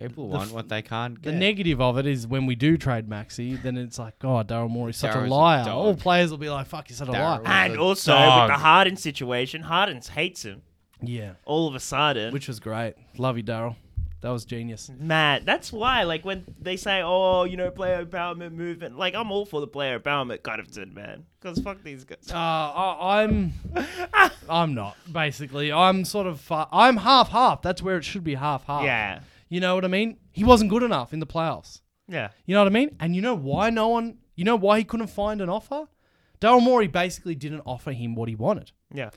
People
The
want
f-
what they can't
the
get.
negative of it is when we do trade Maxi, then it's like, God, Daryl Morey's such
Daryl's
a
a
liar.
dog.
All players will be like, fuck, he's such a liar.
Daryl.
Ah.
And
The
also
dog.
with the Harden situation, Harden hates him
Yeah.
all of a sudden.
Which was great. Love you, Daryl. That was genius.
Man, that's why, like, when they say, oh, you know, player empowerment movement, like, I'm all for the player empowerment kind of thing, man. Because fuck these guys.
Uh, I, I'm, I'm not. Basically, I'm sort of, fa- I'm half half. That's where it should be half half.
Yeah.
You know what I mean? He wasn't good enough in the playoffs.
Yeah.
You know what I mean? And you know why no one, you know why he couldn't find an offer? Daryl Morey basically didn't offer him what he wanted.
Yeah.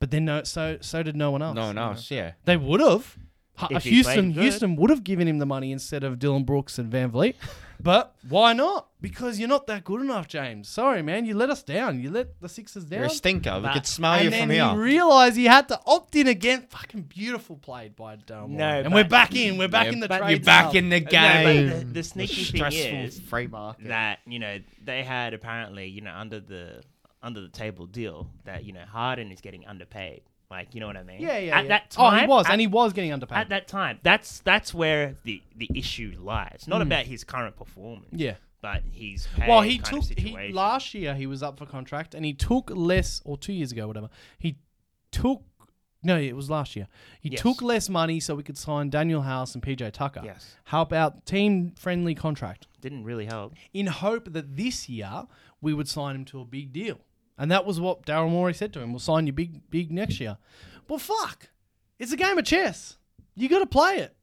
But then no, so so did no one
Oh,
else.
no one else, yeah.
They would have. Ha-
If he
Houston,
played good.
Houston would have given him the money instead of Dylan Brooks and Van Vliet. But why not? Because you're not that good enough, James. Sorry, man. You let us down. You let the Sixers down.
You're a stinker. We
Nah.
could smell you
and
from
then
here.
he realised he had to opt in again. Fucking beautiful played by Daryl
No,
Morey. And
but-
we're back in. We're back in the trade.
You're back
stuff.
in the
No,
game.
but the, the sneaky thing
Stressful
is
free market.
that, you know, they had apparently, you know, under the under the table deal that, you know, Harden is getting underpaid. Like, you know what I mean?
Yeah, yeah.
At
yeah.
that time.
oh, he was,
at
and he was getting underpaid.
at that time. That's that's where the the issue lies.
Hmm.
Not about his current performance.
Yeah.
But he's pay
well, he
kind
took
of
he,
situation.
last year. He was up for contract, and he took less, or two years ago, whatever. He took no, it was last year. He
Yes.
took less money so we could sign Daniel House and PJ Tucker.
Yes.
help out team friendly contract
didn't really help.
in hope that this year we would sign him to a big deal, and that was what Daryl Morey said to him: "We'll sign you big, big next year." Well, fuck, it's a game of chess. You got to play it.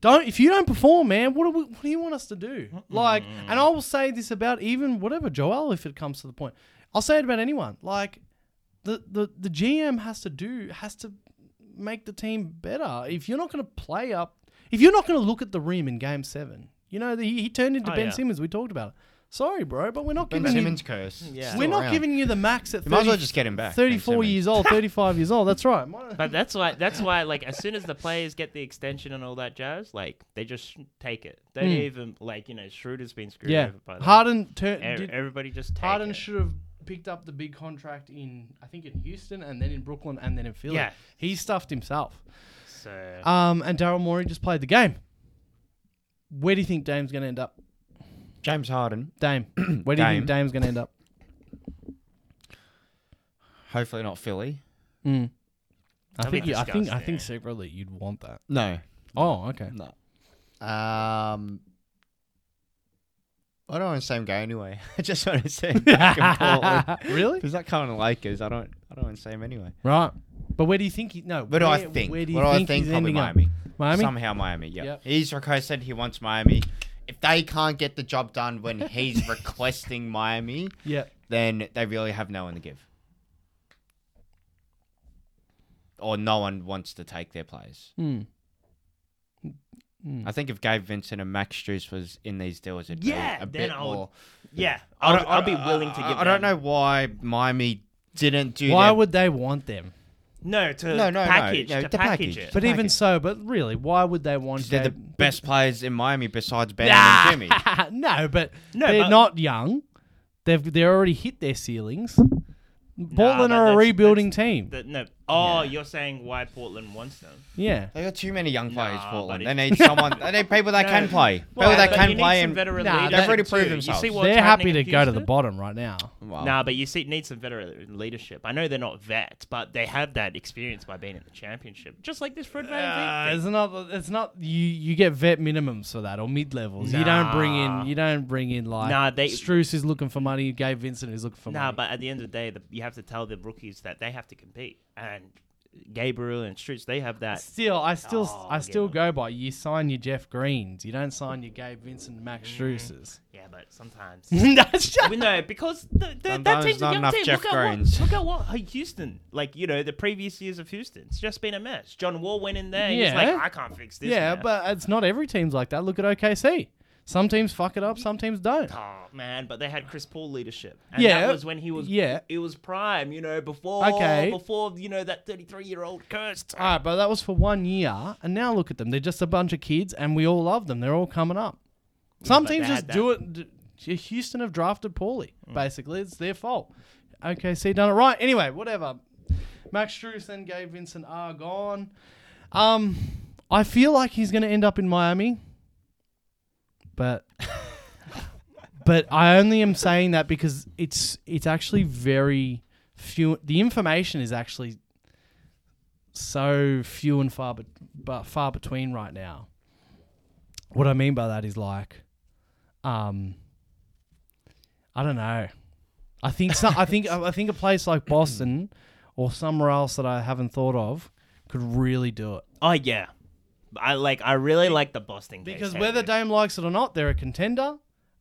Don't if you don't perform, man. What do we, what do you want us to do? Like, and I will say this about even whatever Joel, if it comes to the point, I'll say it about anyone. Like, the the the GM has to do has to make the team better. If you're not going to play up, if you're not going to look at the rim in Game Seven, you know the, he turned into
Oh,
Ben
yeah.
Simmons. We talked about it. Sorry, bro, but we're not
Ben
giving
Simmons curse.
Yeah.
you we're
still
not
around.
giving you the max at. 30,
You might as well just get him back. Ben
34
Simmons.
years old, 35 years old. That's right. Might-
But that's why that's why like as soon as the players get the extension and all that jazz, like they just take it. They don't
Mm.
even like you know Schroeder's been screwed
yeah,
over by that.
Harden tur-
Ev-
did,
Everybody just take
Harden
it.
should have picked up the big contract in I think in Houston and then in Brooklyn and then in Philly.
Yeah.
He stuffed himself.
so
Um, and Daryl Morey just played the game. Where do you think Dame's going to end up?
James Harden.
Dame. Where do you
Dame.
think Dame's going to end up?
Hopefully not Philly.
I
That'd be
think, you, Mm. I think I
disgusting.
think secretly you'd want that.
No.
Oh, okay.
No.
Um, I don't want to say him go anyway. I just want to say him back in Portland.
really?
He's not coming to Lakers. I don't. I don't want to say him anyway.
Right. But where do you think he? No.
But I
where-
think.
Where do you
what
think,
I think
he's
probably
ending
Miami.
up? Miami.
Somehow Miami. Yeah.
Yep.
He's requested. He wants Miami.
If they can't get the job done when he's requesting Miami,
Yeah.
Then they really have no one to give. Or no one wants to take their players.
Hmm.
I think if Gabe Vincent and Max Struess was in these deals, it'd
Yeah,
be a
then
bit
I would-
more.
yeah,
I
I'll,
don't-
I'll be willing to
I-
give.
I don't
them-
know why Miami
didn't do.
Why
their-
would they want them?
No, to
No, no, no,
package,
no,
to,
to
package,
package.
it.
But
Pack
even
it.
so, but really, why would they want?
They're the
they-
best players in Miami besides Ben
Ah,
and Jimmy.
no, but
No,
they're
but-
not young. They've they already hit their ceilings. Portland
but
are a
that's-
rebuilding
that's-
team.
The- no. Oh,
Yeah.
you're saying why Portland wants them?
yeah.
They got too many young players,
Nah,
Portland.
buddy.
They need someone. They need people that can
No.
play. People
Well,
that
but
can
you
play
need some
and.
veteran
Nah,
leadership
they've
already
too.
proved
You
themselves.
see what's
They're happy
happening
to
in
go to the
Houston?
bottom right now.
Wow.
Nah, but you see, need some veteran leadership. I know they're not vets, but they have that experience by being in the championship, just like this Fred
Uh,
VanVleet.
it's
thing.
not. It's not. You you get vet minimums for that or mid levels. You don't bring in.
Nah.
You don't bring in like.
Nah, they-
Struess is looking for money. Gabe Vincent is looking for
Nah,
money.
but at the end of the day, the, you have to tell the rookies that they have to compete, and Gabriel and Strutz, they have that.
still, I still,
Oh,
I
yeah.
still go by you sign your Jeff Greens. You don't sign your Gabe Vincent, and Max Struess's.
Yeah, but sometimes.
That's just.
we know because the, the, that
Sometimes
team's
not
a young
enough
team.
Jeff
look, at
Greens.
what, look at what Houston, like you know, the previous years of Houston, it's just been a mess. John Wall went in there. He's
Yeah.
like, I can't fix this.
Yeah,
mess."
but it's not every team's like that. Look at OKC. Some teams fuck it up, some teams don't.
Oh man, but they had Chris Paul leadership. And
Yeah,
that was when he was
yeah.
it was prime, you know, before
Okay.
before, you know, that thirty three year old cursed. Uh,
All right, but that was for one year, and now look at them. They're just a bunch of kids, and we all love them. They're all coming up. Some
but
teams
they
just
had
do it. d- Houston have drafted poorly. Basically, it's their fault. OKC done it right. Anyway, whatever. Max Struess and Gabe Vincent are gone. Um, I feel like he's going to end up in Miami, but but I only am saying that because it's it's actually very few. The information is actually so few and far but, but far between right now. What I mean by that is like, um, I don't know. I think some, I think I think a place like Boston or somewhere else that I haven't thought of could really do it.
Oh yeah. I like I really like the Boston Gates
Because
hey,
whether
dude.
Dame likes it or not, they're a contender.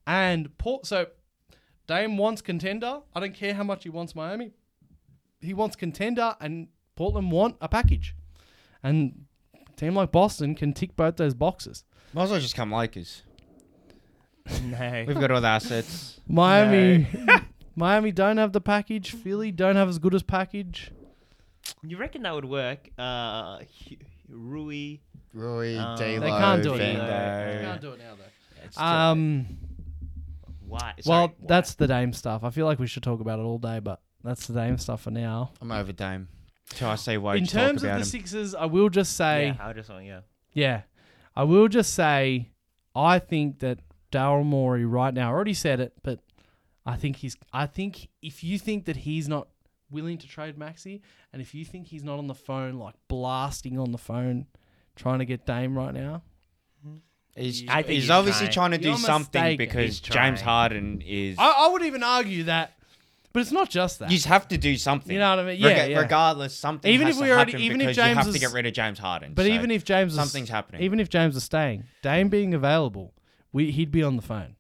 And Port, so Dame wants contender. I don't care how much he wants Miami. He wants contender, and Portland want a package. And a team like Boston can tick both those boxes.
Might as well just come Lakers.
No.
We've got all the assets.
Miami, Miami don't have the package. Philly don't have as good as package.
You reckon that would work? Uh Hu- Rui
Rui,
Um,
D-Lo,
They can't do it
Van
either.
They
Dijk.
can't
do it now though.
it's still-
Um,
why
well,
sorry, why?
that's the Dame stuff. I feel like we should talk about it all day, but that's the Dame stuff for now.
I'm over Dame. Till I see why
In
you talk
terms of
about
the
him.
Sixers, I will just say.
yeah, I just want yeah.
Yeah. I will just say, I think that Daryl Morey right now, I already said it, but I think he's, I think if you think that he's not willing to trade Maxi, and if you think he's not on the phone, like blasting on the phone, trying to get Dame right now,
He's,
I think
he's
he's
obviously
trying.
trying to do
You're
something
mistaken.
because
He's
James
trying.
Harden is.
I, I would even argue that, but it's not just that.
You just have to do something.
You know what I mean? Yeah, yeah.
Regardless, something.
Even
has
if
to
we already-
happen
even if
because you
James
have to
is-
get rid of James Harden.
But
so
even if James
something's
is,
happening.
even if James is staying, Dame being available, we, he'd be on the phone.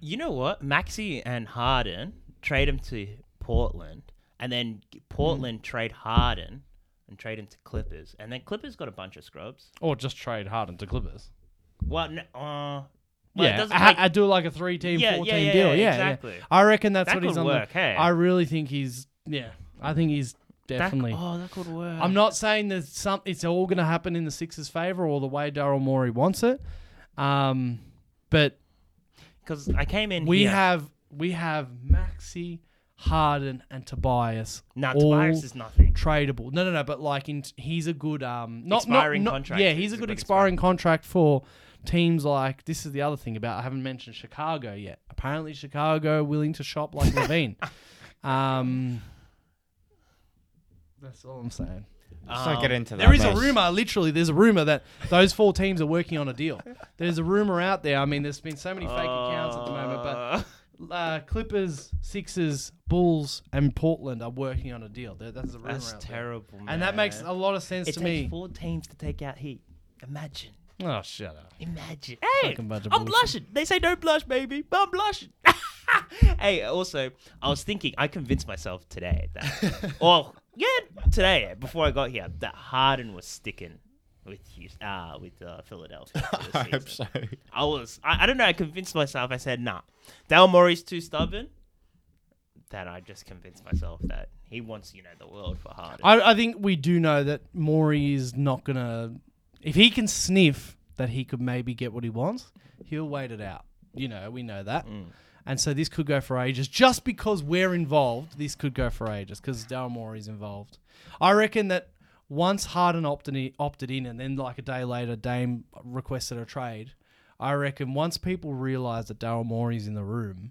You know what? Maxi and Harden trade him to Portland, and then Portland
Hmm.
trade Harden and trade him to Clippers, and then Clippers got a bunch of scrubs.
Or just trade Harden to Clippers.
Well, n- uh, well, it
Yeah,
doesn't
I,
like,
I do like a three-team,
Yeah, yeah,
four-team
yeah,
deal.
yeah,
Yeah, yeah.
exactly.
I reckon that's
That
what he's
could
on.
work,
the,
hey?
I really think he's. Yeah, I think he's
that,
definitely.
Oh, that could work.
I'm not saying that some. It's all going to happen in the Sixers' favor or the way Daryl Morey wants it. Um, but
because I came in.
we
here.
have we have Maxi, Harden, and Tobias.
no.
all
Tobias is nothing.
Tradable. No, no, no. But like, in, he's a good um, not not-
Expiring
not,
contract.
Yeah, he's, a good, expiring contract for teams like. This is the other thing about I haven't mentioned Chicago yet. Apparently, Chicago willing to shop like Levine. Um, that's all I'm saying.
Let's not
Um,
get into that.
There is a
mate.
rumor, literally, there's a rumor that those four teams are working on a deal. There's a rumor out there. I mean, there's been so many fake accounts at the moment, but
Uh,
uh, Clippers, Sixers, Bulls, and Portland are working on a deal. That- That's a rumor.
that's
out there.
terrible. Man.
And that makes a lot of sense
It
to
takes
me.
four teams to take out Heat. Imagine.
Oh, shut up.
Imagine. Hey,
Fucking
I'm
bunch of bullshit.
blushing. They say don't blush, baby, but I'm blushing. hey, also, I was thinking, I convinced myself today that, well, yeah, today before I got here, that Harden was sticking with Houston, uh, with uh, Philadelphia. for the
I hope so.
season. I was, I, I don't know, I convinced myself. I said, nah, Dale Morey's too stubborn. that I just convinced myself that he wants, you know, the world for Harden.
I, I think we do know that Maury is not gonna. If he can sniff that he could maybe get what he wants, he'll wait it out. You know, we know that. And so this could go for ages. Just because we're involved, this could go for ages because Daryl Morey's involved. I reckon that once Harden opted in, opted in, and then like a day later, Dame requested a trade. I reckon once people realize that Daryl Morey's in the room,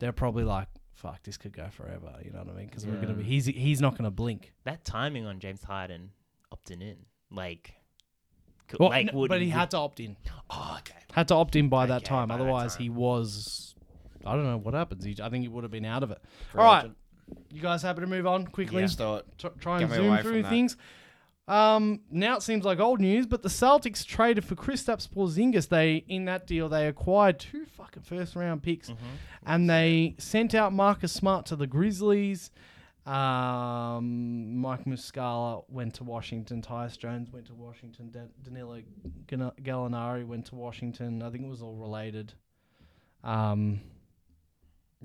they're probably like, "Fuck, this could go forever." You know what I mean? Because we're gonna be he's he's not gonna blink.
that timing on James Harden opting in, like, could,
Well,
like
no,
would,
but he
would-
had to opt in.
Oh, okay.
Had to opt in by that
Okay,
time.
by that
Otherwise,
time.
he was. I don't know what happens. He, I think he would have been out of it. All right,
agent.
you guys happy to move on quickly?
Just thought
Tr- try and
Get me
zoom
away
through
from that.
things. Um, now it seems like old news, but the Celtics traded for Kristaps Porzingis. They in that deal they acquired two fucking first round picks,
Mm-hmm.
and they sent out Marcus Smart to the Grizzlies. Um, Mike Muscala went to Washington. Tyus Jones went to Washington. Dan- Danilo Gana- Gallinari went to Washington. I think it was all related. Um,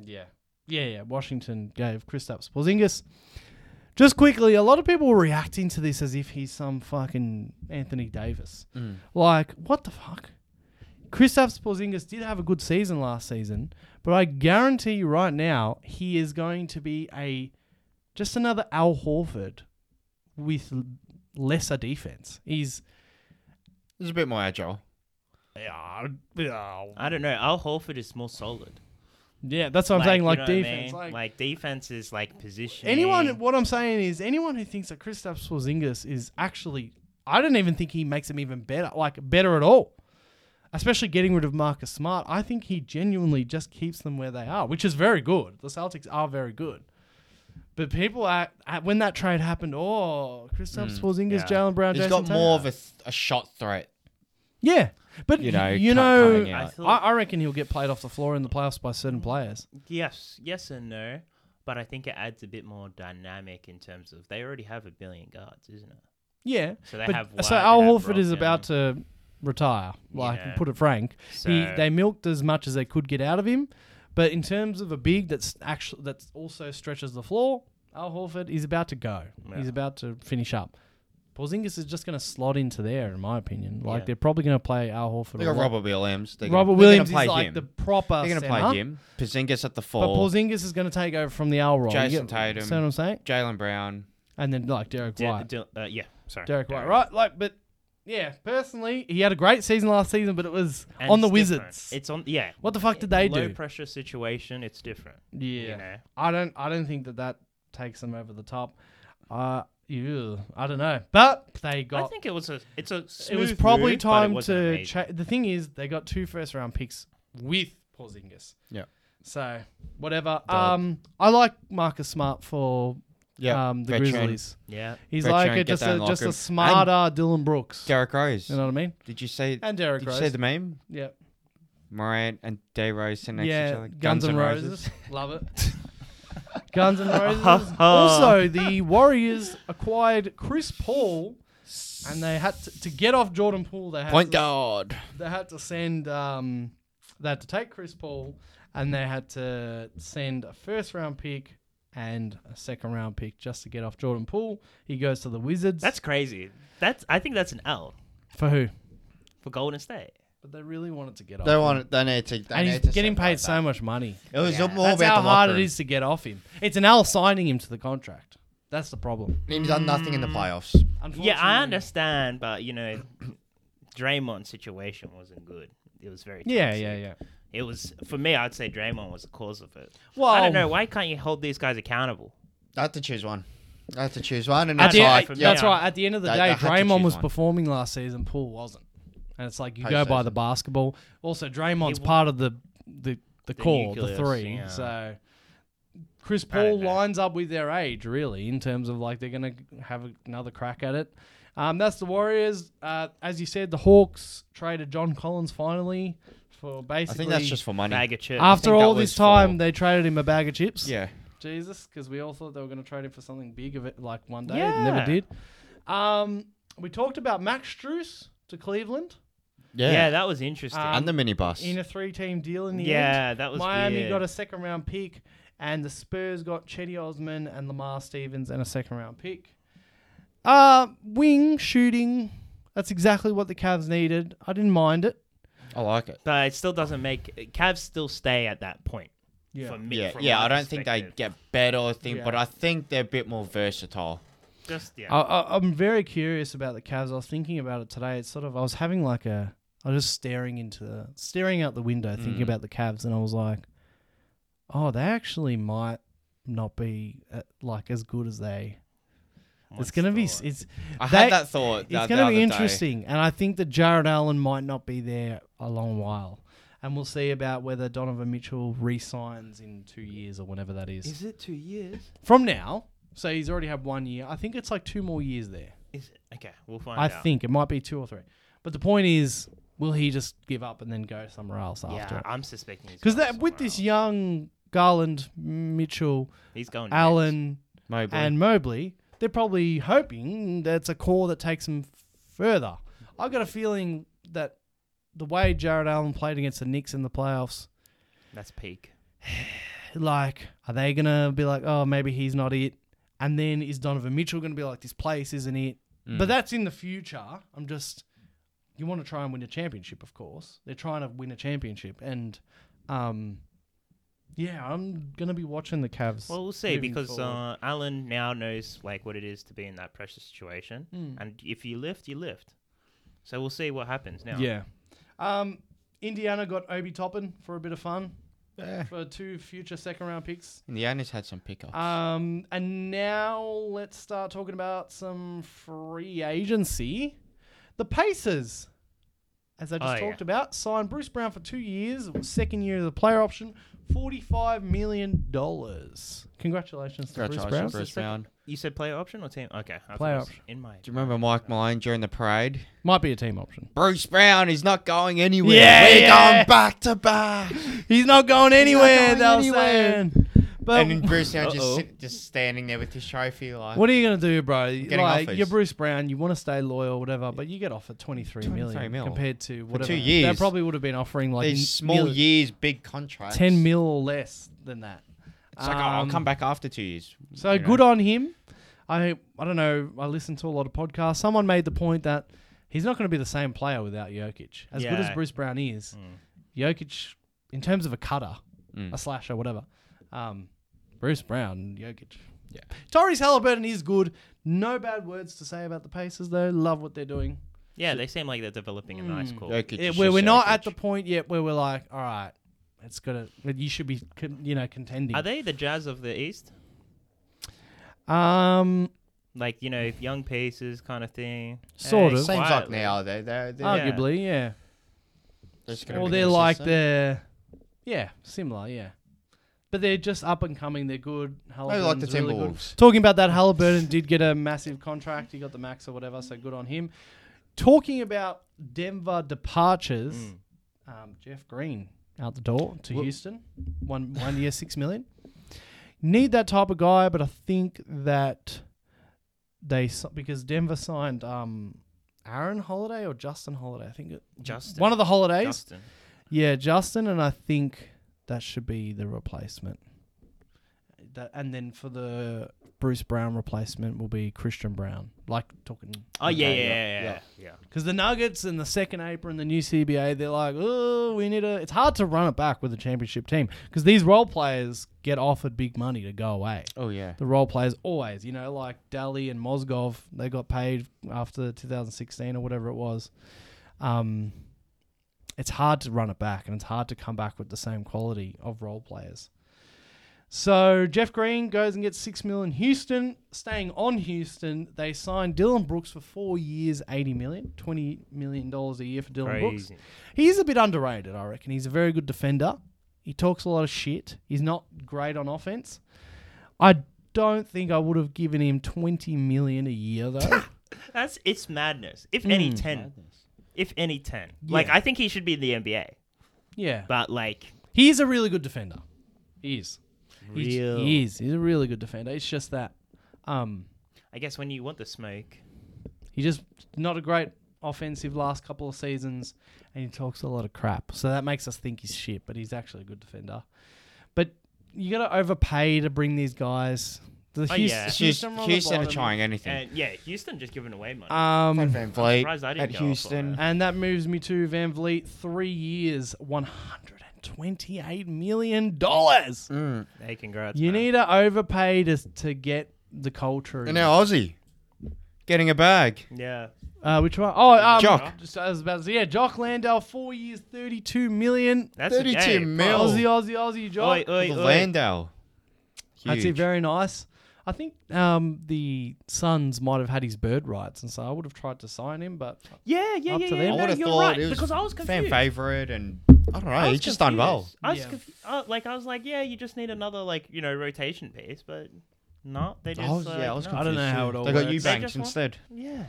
yeah, yeah, yeah. Washington gave Kristaps Porzingis. Just quickly, a lot of people were reacting to this as if he's some fucking Anthony Davis.
Mm.
Like, what the fuck? Kristaps Porzingis did have a good season last season, but I guarantee you right now he is going to be a just another Al Horford with l- lesser defense. He's
it's a bit more agile.
yeah,
I don't know. Al Horford is more solid.
yeah. That's what I'm saying.
you
Like
know what I mean?
defense,
like,
like,
defense is like position.
anyone. What I'm saying is anyone who thinks that Kristaps Porzingis is actually, I don't even think he makes him even better, like better at all. Especially getting rid of Marcus Smart, I think he genuinely just keeps them where they are, which is very good. The Celtics are very good. But people are, at, when that trade happened, oh, Kristaps Porzingis,
yeah.
Jalen Brown,
He's
Jason
got
Tatum.
more of a, th- a shot threat.
yeah. But you
You
know,
know,
you
cut-
know,
coming
I,
out.
I I reckon he'll get played off the floor in the playoffs by certain players.
yes, yes and no, but I think it adds a bit more dynamic in terms of they already have a billion guards, isn't it?
Yeah.
So they
but,
have
so
White,
Al
they have
Horford is
Brogdon.
about to retire. Like
Yeah.
put it frank, he,
So-
they milked as much as they could get out of him. But in terms of a big that's actually that also stretches the floor, Al Horford is about to go. He's
Yeah.
about to finish up. Porzingis is just going to slot into there, in my opinion. Like
Yeah.
they're probably going to play Al Horford.
They
a
got
lot.
Robert Williams. They're
Robert
gonna,
Williams is
they're gonna play
like
him.
the proper.
They're
centre,
gonna play him. Porzingis at the
But
four.
Porzingis is going to take over from the Al role. You
Jason
get-
Tatum.
See what I'm saying?
Jalen Brown.
And then like Derek
Di-
White.
Dil- uh, yeah, sorry.
Derek White, right? Like, but yeah, personally, he had a great season last season, but it was
And
on the
it's different.
Wizards.
It's on. Yeah.
What the fuck did they
Low
do?
pressure situation. It's different.
Yeah,
You know.
I don't, I don't think that that takes them over the top. Uh, ew, I don't know, but they
I
got.
think it was a. It's a.
It was
smooth
probably
move, but it
time
wasn't
to.
amazing.
Cha- the thing is, they got two first round picks with Porzingis.
Yeah.
So whatever. Um, I like Marcus Smart for
Yeah.
um the
veteran.
Grizzlies.
Yeah.
He's
Veteran,
like a,
get
just
that
a
in the
just
locker room.
a
And
smarter Dylan Brooks.
Derrick Rose.
you know what I mean?
Did you say?
And Derrick
Did
Rose.
you say the meme?
Yep.
Morant and D Rose sitting next to each
yeah,
other.
Guns, and
N'
Roses. Love it. Guns and Roses.
ha.
also, the Warriors acquired Chris Paul, and they had to, to get off Jordan Poole. They had
Point
to,
guard.
they had to send um, they had to take Chris Paul, and they had to send a first round pick and a second round pick just to get off Jordan Poole. He goes to the Wizards.
That's crazy. That's. I think that's an L
for who?
for Golden State.
But they really wanted to get off.
They
him.
want. They need to. They
and
need
he's
to
getting
separate
paid
that.
so much money.
It was more
That's
about
how
the
hard
locker
it is to get off him. It's an L signing him to the contract. That's the problem.
room. He's done
Mm.
nothing in the playoffs.
Yeah, I
Unfortunately-
understand, but you know, Draymond's situation wasn't good. It was very.
Yeah,
toxic.
yeah, yeah.
It was for me. I'd say Draymond was the cause of it.
Well,
I don't know why can't you hold these guys accountable.
I have to choose one. I have to choose one, and
At
it's
the,
That's
like
for me.
that's
yeah.
right. At the end of the
They-
day,
they had to
Draymond
choose
was
one.
performing last season. Poole wasn't, and it's like you go by
Postseason.
the basketball. Also, Draymond's
He w-
part of the the the, core, the
nucleus,
three.
yeah.
So Chris
I don't
Paul
know.
lines up with their age, really, in terms of like they're gonna have another crack at it. Um, that's the Warriors. Uh, as you said, the Hawks traded John Collins finally for
I
basically.
think that's just for money.
Bag of chips.
after
think that
all this
was
time
for-
they traded him a bag of chips.
yeah,
Jesus, because we all thought they were going to trade him for something big of it, like one day.
Yeah.
It never did. Um, we talked about Max Struess to Cleveland
yeah,
yeah. that was interesting.
Um,
and the minibus.
in a three-team deal in the end.
yeah, that was
Miami
weird.
got a second-round pick, And the Spurs got Chetty Osman and Lamar Stevens and a second round pick. Uh, wing shooting. That's exactly what the Cavs needed. I didn't mind it.
I like it.
But it still doesn't make Cavs still stay at that point.
Yeah.
me,
Yeah,
from
yeah.
my
I don't think they
perspective.
get better or thing,
Yeah.
but I think they're a bit more versatile.
just yeah.
I, I, I'm very curious about the Cavs. I was thinking about it today. It's sort of I was having like a I was just staring into the staring out the window, thinking about the Cavs, and I was like, oh, they actually might not be uh, like as good as they. it's gonna be s- it's
I
They-
had that thought.
it's
the- the
gonna
other
be
day.
interesting, and I think that Jared Allen might not be there a long while. And we'll see about whether Donovan Mitchell re-signs in two years or whenever that is.
Is it two years?
From now, so he's already had one year. I think it's like two more years there.
Is it okay? We'll find
I
out.
think it might be two or three. But the point is, will he just give up and then go somewhere else
Yeah,
after?
I'm suspecting he's
Because
going
that with
somewhere
this
else.
young Garland, Mitchell,
he's going next.
Allen,
Mobley.
and Mobley, they're probably hoping that's a core that takes them further. I've got a feeling that the way Jared Allen played against the Knicks in the playoffs,
That's peak.
like, are they gonna be like, oh, maybe he's not it? And then is Donovan Mitchell gonna be like, this place isn't it? But that's in the future. I'm just, you want to try and win a championship, of course. They're trying to win a championship, and um, yeah, I'm gonna be watching the Cavs.
Well, we'll see
moving
because
forward.
uh, Alan now knows like what it is to be in that pressure situation,
Mm. Hmm.
and if you lift, you lift. So we'll see what happens now.
yeah, um, Indiana got Obi Toppin for a bit of fun
Yeah.
for two future second round picks.
Indiana's had some pickups.
Um, and now let's start talking about some free agency. The Pacers, as I just
Oh, yeah.
talked about, signed Bruce Brown for two years, second year of the player option, $45 million. Congratulations to Bruce Brown.
Congratulations, Bruce Brown.
You said player option or team? Okay, I thought it
Player
was
option.
In my
Do you remember Mike Malone during the parade?
Might be a team option.
Bruce Brown is not going anywhere.
Yeah,
We're
yeah.
going back to back.
He's not going anywhere,
going
they were
anywhere.
saying. But
and then Bruce Brown
Uh-oh.
just sit, just standing there with his trophy, like
what are you going to do, bro?
Getting
like,
offers.
you're Bruce Brown, you want to stay loyal, whatever, but you get offered 23 million
23 mil.
compared to whatever.
two
They
years.
probably would have been offering like
these small
years.
years, big contracts.
10 mil or less than that.
It's like oh, I'll
Um,
come back after two years.
So
you know.
good on him. I I don't know. I listened to a lot of podcasts. Someone made the point that he's not going to be the same player without Jokic. As good as
Yeah.
Bruce Brown is,
Hmm.
Jokic, in terms of a cutter, a slasher, whatever, um, Bruce Brown, Jokic.
Yeah.
Tyrese Halliburton is good. No bad words to say about the Pacers, though. Love what they're doing.
Yeah, they seem like they're developing a
Mm.
nice core.
Jokic
Yeah,
is
where
just
we're not
Jokic.
at the point yet where we're like, all right, it's gonna. You should be, con- you know, contending.
Are they the Jazz of the East?
Um,
Like you know, young pieces kind of thing.
Sort
Hey,
of.
Seems like
quietly.
now they they they
Yeah.
arguably, yeah.
just
Or
gonna
Oh, well,
be
they're like
consistent.
they're, yeah, similar, yeah. But they're just up and coming. They're good.
Maybe like the
Halliburton's really good.
Timberwolves.
Talking about that, Halliburton did get a massive contract. He got the max or whatever, so good on him. Talking about Denver departures,
Mm.
Mm,
um, Jeff Green out the door to Houston, one one year, six million. Need that type of guy, but I think that they s- because Denver signed um, Aaron Holiday or Justin Holiday. I think it,
Justin.
one of the holidays.
Justin.
Yeah, Justin, and I think that should be the replacement. That and then for the Bruce Brown replacement will be Christian Brown. Like talking
Oh yeah,
Okay,
yeah,
yeah,
yeah, yeah,
yeah.
yeah.
because the Nuggets and the second apron, the new CBA, they're like, oh, we need a. It's hard to run it back with a championship team because these role players get offered big money to go away.
oh yeah.
The role players always, you know, like Daly and Mozgov, they got paid after 2016 or whatever it was. Um, it's hard to run it back, and it's hard to come back with the same quality of role players. So Jeff Green goes and gets six mil in Houston. Staying on Houston, they signed Dylan Brooks for four years, eighty million, twenty million dollars a year for Dylan Brooks.
Crazy.
He's a bit underrated, I reckon. He's a very good defender. He talks a lot of shit. He's not great on offense. I don't think I would have given him twenty million a year though.
That's it's madness. If any ten, if any ten, like
Mm. Yeah.
I think he should be in the NBA,
yeah,
but like
he is a really good defender. He is. He's-
real,
He is. He's a really good defender. It's just that, um,
I guess when you want the smoke,
he just not a great offensive last couple of seasons, and he talks a lot of crap. So that makes us think he's shit, but he's actually a good defender. But you got to overpay to bring these guys. The
Oh,
Houston,
yeah.
Houston,
Houston,
were on the
Houston are
bottom.
trying anything.
And yeah, Houston just giving away money.
Uh,
Um,
Van Vliet
surprised I didn't
at
go off on
Houston.
that.
and that moves me to Van Vliet. Three years, one hundred and twenty-eight million dollars.
Mm.
hey, congrats.
You
man.
need to overpay to to get the culture.
And now Aussie getting a bag.
Yeah.
Uh, which one? Oh, um,
Jock.
Just, I was about to say, yeah, Jock Landau, four years, thirty-two million.
That's
32
a day,
mil.
Aussie, Aussie, Aussie, Jock.
Oi, oi,
The
oi.
Landau.
That's
Huge.
very nice. I think um, the Suns might have had his bird rights, and so I would have tried to sign him, but
Yeah, yeah,
Up
yeah.
to
yeah.
them.
I
No,
would have
you're
thought
right,
it was
because I was confused.
fan favorite, and I don't know.
I
He's
was
just done well.
confused. I was
Yeah.
conf- uh, like, I was like, yeah, you just need another like you know rotation piece, but no, they just
was-
uh,
yeah, I was
no.
I don't know how it all
They
works.
got Eubanks
just want-
instead.
Yeah,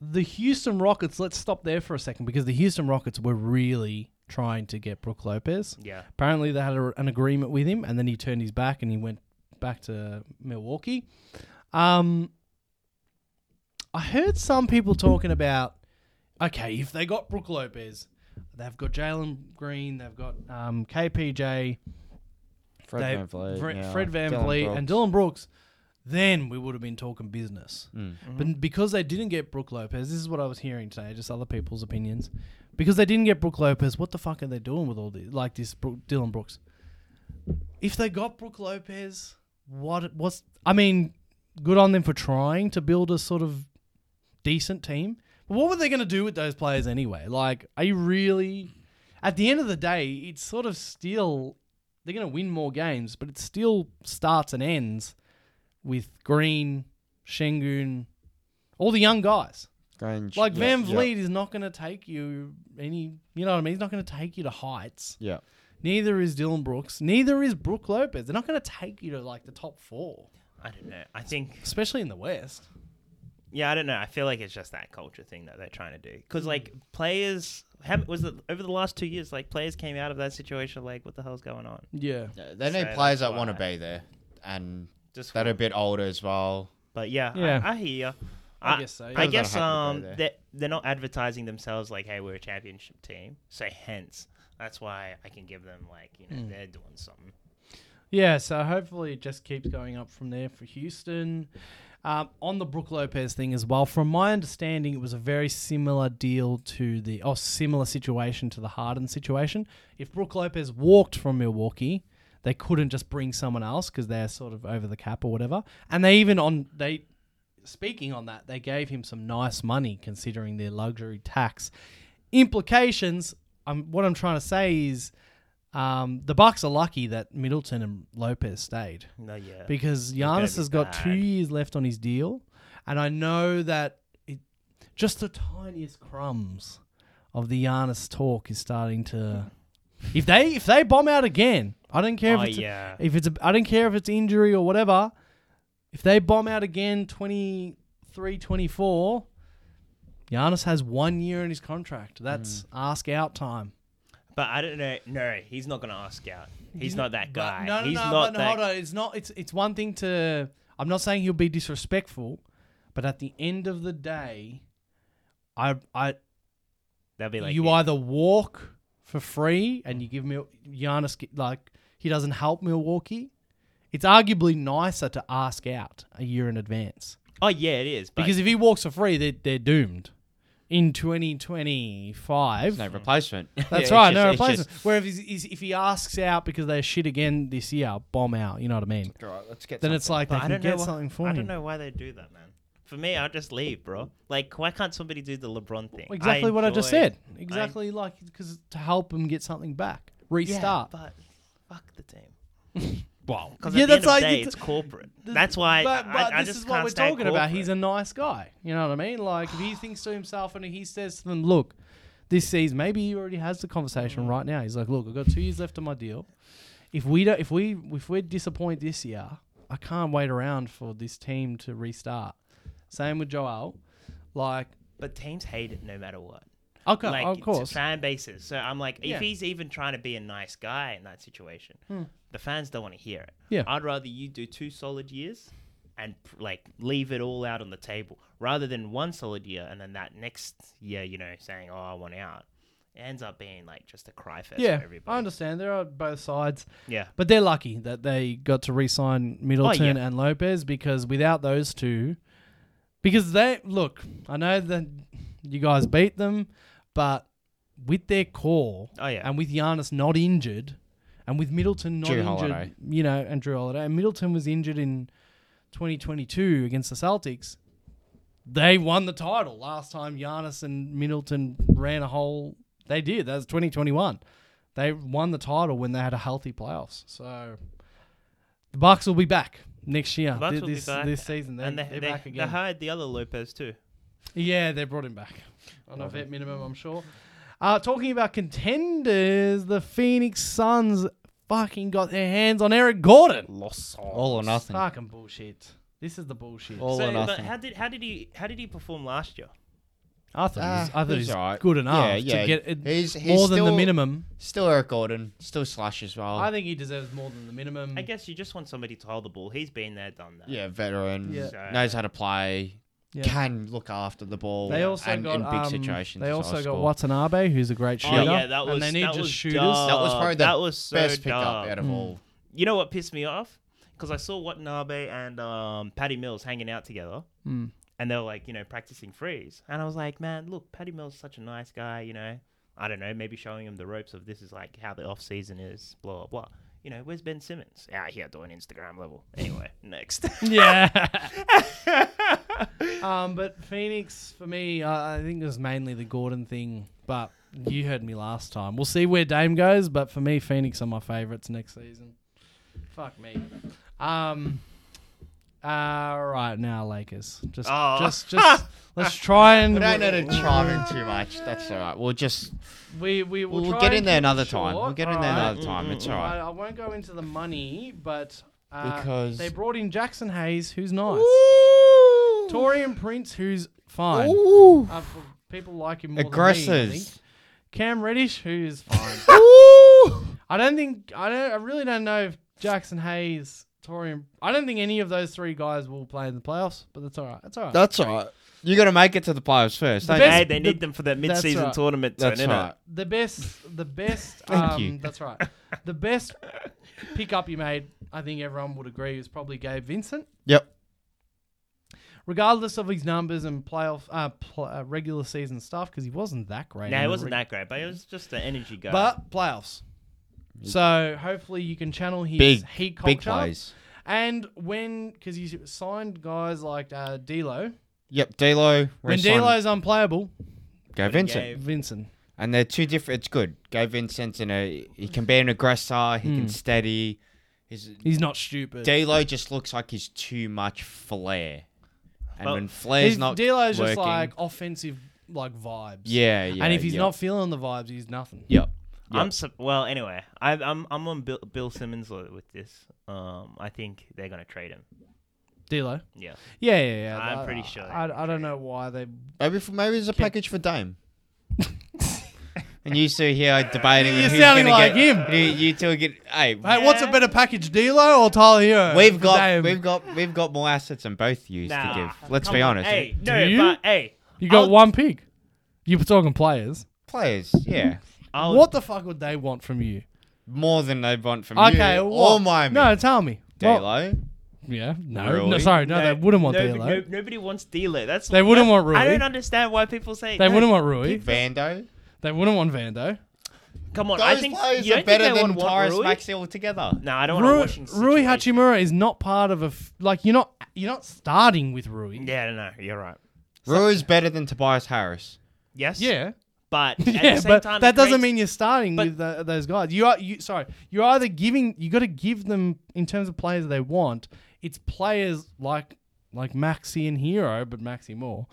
the Houston Rockets. Let's stop there for a second because the Houston Rockets were really trying to get Brooke Lopez.
yeah.
Apparently, they had a, an agreement with him, and then he turned his back and he went back to Milwaukee. Um, I heard some people talking about okay, if they got Brooke Lopez, they've got Jalen Green, they've got um, KPJ,
Fred
they-
Van Vliet.
Fre-
yeah.
Fred Van
Dylan
Vliet and
Brooks.
Dylan Brooks, then we would have been talking business.
Mm.
But because they didn't get Brooke Lopez, this is what I was hearing today, just other people's opinions. Because they didn't get Brooke Lopez, what the fuck are they doing with all this? Like this Brook Dylan Brooks. If they got Brooke Lopez, what what's I mean, good on them for trying to build a sort of decent team. But what were they going to do with those players anyway? Like, are you really? At the end of the day, it's sort of still they're going to win more games, but it still starts and ends with Green, Shengun, all the young guys.
Grange.
Like
Yeah,
Van
yeah,
Vliet is not going to take you any. You know what I mean? He's not going to take you to heights.
Yeah.
Neither is Dylan Brooks. Neither is Brooke Lopez. They're not going to take you to like the top four,
I don't know. I think
especially in the West.
yeah, I don't know. I feel like it's just that culture thing that they're trying to do. Because like
Mm.
players, how, was it over the last two years? Like players came out of that situation like, what the hell's going on?
Yeah.
Yeah, They need
So
players
that's
that want to
why.
be there, and
Just
that are a bit older as well.
But yeah,
Yeah.
I, I hear. you.
I guess so, yeah.
I
Those that
guess
are
um,
happy to go there.
they they're not advertising themselves like, "Hey, we're a championship team." So hence, that's why I can give them like, you
Hmm.
know, they're doing something.
Yeah, so hopefully it just keeps going up from there for Houston. Um, on the Brooke Lopez thing as well, from my understanding, it was a very similar deal to the, or similar situation to the Harden situation. If Brooke Lopez walked from Milwaukee, they couldn't just bring someone else because they're sort of over the cap or whatever. And they even on, they, speaking on that, they gave him some nice money considering their luxury tax implications. Um, what I'm trying to say is, um, the Bucks are lucky that Middleton and Lopez stayed
No, yeah, Oh,
because
gonna
Giannis
be
has got two
bad.
years left on his deal, and I know that it, just the tiniest crumbs of the Giannis talk is starting to. If they if they bomb out again, I don't care
Oh,
if it's
yeah.
if it's a, I don't care if it's injury or whatever. If they bomb out again 23 24, Giannis has one year in his contract. That's ask out time.
but I don't know. No, he's not gonna ask out. He's not that
But-
guy.
No, no,
he's
no.
not
but
that.
hold on. It's not. It's it's one thing to. I'm not saying he'll be disrespectful, but at the end of the day, I I
That'd be like
you
the-
either walk for free and you give Mil- Giannis g- like he doesn't help Milwaukee. It's arguably nicer to ask out a year in advance
Oh yeah, it is. But
because if he walks for free, they're they're doomed. In 2025,
No replacement.
Hmm. that's right, no replacement. Where if he's, he's, if he asks out because they're shit again this year, bomb out. You know what I mean?
All right, let's get.
then it's like they
but I
can
don't know.
get
Why,
something for
I
him.
don't know why they do that, man. For me, I'll just leave, bro. Like, why can't somebody do the LeBron thing?
Exactly what I just
enjoy-
said. Exactly like because to help him get something back,
Yeah,
restart.
but fuck the team.
wow.
Because
Yeah,
at the end
that's
of
like
the day,
it's-
it's corporate.
th-
That's why.
But,
I-
but
I, I
this
just
is what
can't
we're
stand
talking about. He's
corporate.
a nice guy. You know what I mean? Like if he thinks to himself and he says to them, "Look, this season, maybe he already has the
Mm.
conversation right now." He's like, "Look, I've got two years left on my deal. If we don't, if we if we're disappointed this year, I can't wait around for this team to restart." Same with Joel. Like,
But teams hate it no matter what.
okay,
like
of
it's
course.
fan bases. So I'm like,
Yeah. Hmm.
if he's even trying to be a nice guy in that situation, the fans don't want to hear it.
Yeah.
I'd rather you do two solid years and like leave it all out on the table rather than one solid year and then that next year, you know, saying, "Oh, I want out." It ends up being like just a cry fest
Yeah,
for everybody.
I understand. There are both sides.
Yeah. Oh,
But they're lucky that they got to re-sign Middleton
yeah.
and Lopez because without those two, because they look, I know that you guys beat them, but with their core,
Oh, yeah.
and with Giannis not injured, and with Middleton not
Drew
injured,
Holiday.
you know, and Drew Holiday, and Middleton was injured in 2022 against the Celtics. They won the title last time Giannis and Middleton ran a whole. They did. That was 2021 they won the title when they had a healthy playoffs. So the Bucks will be back next year.
The Bucks
Th-
will be
this,
back,
this season, they're,
and they,
they're
they-
back
they
again.
hired the other Lopez too.
yeah, they brought him back on a vet minimum, I'm sure. Uh, talking about contenders, the Phoenix Suns fucking got their hands on Eric Gordon.
Loss.
All or nothing.
Fucking bullshit. This is the bullshit.
All
so,
or
but
nothing.
how did how did he how did he perform last year?
I thought he's,
Ah,
I thought
he's
he's
alright.
good enough
Yeah, yeah.
to get it
He's- he's
more than the
still- Oh.
minimum.
Still Eric Gordon. Still Slash as well.
I think he deserves more than the minimum.
I guess you just want somebody to hold the ball. He's been there, done that.
yeah, veteran.
Yeah.
So-
Knows how to play.
Yeah.
Can look after the ball.
They also
and
got
in big
um,
situations.
They
as
also
well
got
score.
Watanabe, who's a great
Oh
shooter.
yeah, that was
and they need
that
just
was
shooters.
dumb.
That was probably the
that was so
best
dumb.
pickup out of
Hmm.
all.
You know what pissed me off? Because I saw Watanabe and um, Patty Mills hanging out together.
Hmm.
Mm.
And they were like, you know, practicing freeze. And I was like, man, look, Patty Mills is such a nice guy, you know. I don't know, maybe showing him the ropes of this is like how the off season is, blah, blah, blah. You know, where's Ben Simmons? Ah, Out here doing Instagram level. Anyway, next.
Yeah. um, but Phoenix for me, I I think it was mainly the Gordon thing. But you heard me last time. We'll see where Dame goes. But for me, Phoenix are my favorites next season. Fuck me. Um. All right, now Lakers. Just,
Oh.
just, just. let's try and.
We don't need to chime in too much. That's all right. We'll just
We we will
we'll,
try
get
and
in there
keep it
another time. We'll
short.
get in
All
there
right.
another time. It's all
I,
right.
I won't go into the money, but uh,
Because-
they brought in Jackson Hayes, who's nice. Torian Prince, who's fine. Uh, for- people like him more than me, I think.
Aggressors.
Cam Reddish, who's fine. I don't think I don't. I really don't know if Jackson Hayes, Torian. I don't think any of those three guys will play in the playoffs. But that's all right. That's all right.
That's all right. You got to make it to the playoffs first.
The
don't
best-
hey, they need them for that mid season
right.
tournament
you? That's
turn,
all
innit?
right.
The best, the best.
Thank
um,
you.
That's right. The best pickup you made, I think everyone would agree, is probably Gabe Vincent.
Yep.
Regardless of his numbers and playoff, uh, pl- uh, regular season stuff, because he wasn't that great.
No,
in
it
the
wasn't
reg-
that great, but it was just an energy guy.
But playoffs. So hopefully you can channel his
Big-
heat culture.
Big plays.
And when, because you signed guys like uh, D'Lo,
Yep. D'Lo.
when
Reece Simon,
D'Lo's unplayable,
Go Vincent.
Gabe.
Vincent.
And they're two different. It's good. Gabe Vincent's in a. He can be an aggressor. He
Hmm.
can steady. His
He's not stupid.
D'Lo just looks like he's too much flair. And
Well,
when flair's
His-
not
D'Lo's
working,
just like offensive, like vibes.
yeah, yeah.
and if he's
yeah.
not feeling the vibes, he's nothing.
yep.
I'm su- well. Anyway, I, I'm I'm on Bill, Bill Simmons with this. Um, I think they're gonna trade him.
D'Lo.
Yeah.
Yeah, yeah, yeah.
I'm
I-
pretty sure they
I, I don't know why they.
maybe for, maybe it's a package for Dame.
And you two here debating.
You're
who's
sounding
gonna
like
get- You, you two are get. Hey,
Hey, what's a better package, D'Lo or Tyler Hero?
we've got
Damn.
we've got we've got more assets than both used
Nah,
to give. Let's
come
be
on.
honest.
Hey,
Do
no,
you?
but hey,
you got
I'll-
one pick. You're talking players.
Players, yeah,
I'll,
what the fuck would they want from you?
more than they want from
Okay,
you
what?
or Miami.
No, tell me.
D'Lo.
Well, yeah, no, no,
Really?
sorry, no, they wouldn't want
no,
D'Lo.
no- nobody wants D'Lo. That's
They wouldn't want Rui.
I don't understand why people say
they
no,
wouldn't want Rui.
Vando.
They wouldn't want Vando.
Come on,
Those
I think
players
you
are
don't
better
think they
than
would want
Tyrese
Rui?
Maxey altogether.
No, I don't want
Rui,
Washington.
Rui Hachimura is not part of a f- like you're not you're not starting with Rui.
Yeah, no, no, you're right.
Rui's better than Tobias Harris.
Yes.
Yeah.
But at
yeah,
the same
but
time,
that
it
doesn't
creates-
mean you're starting
but-
with tho- those guys. You are you sorry. You're either giving you got to give them in terms of players they want. It's players like like Maxi and Hero, but Maxi more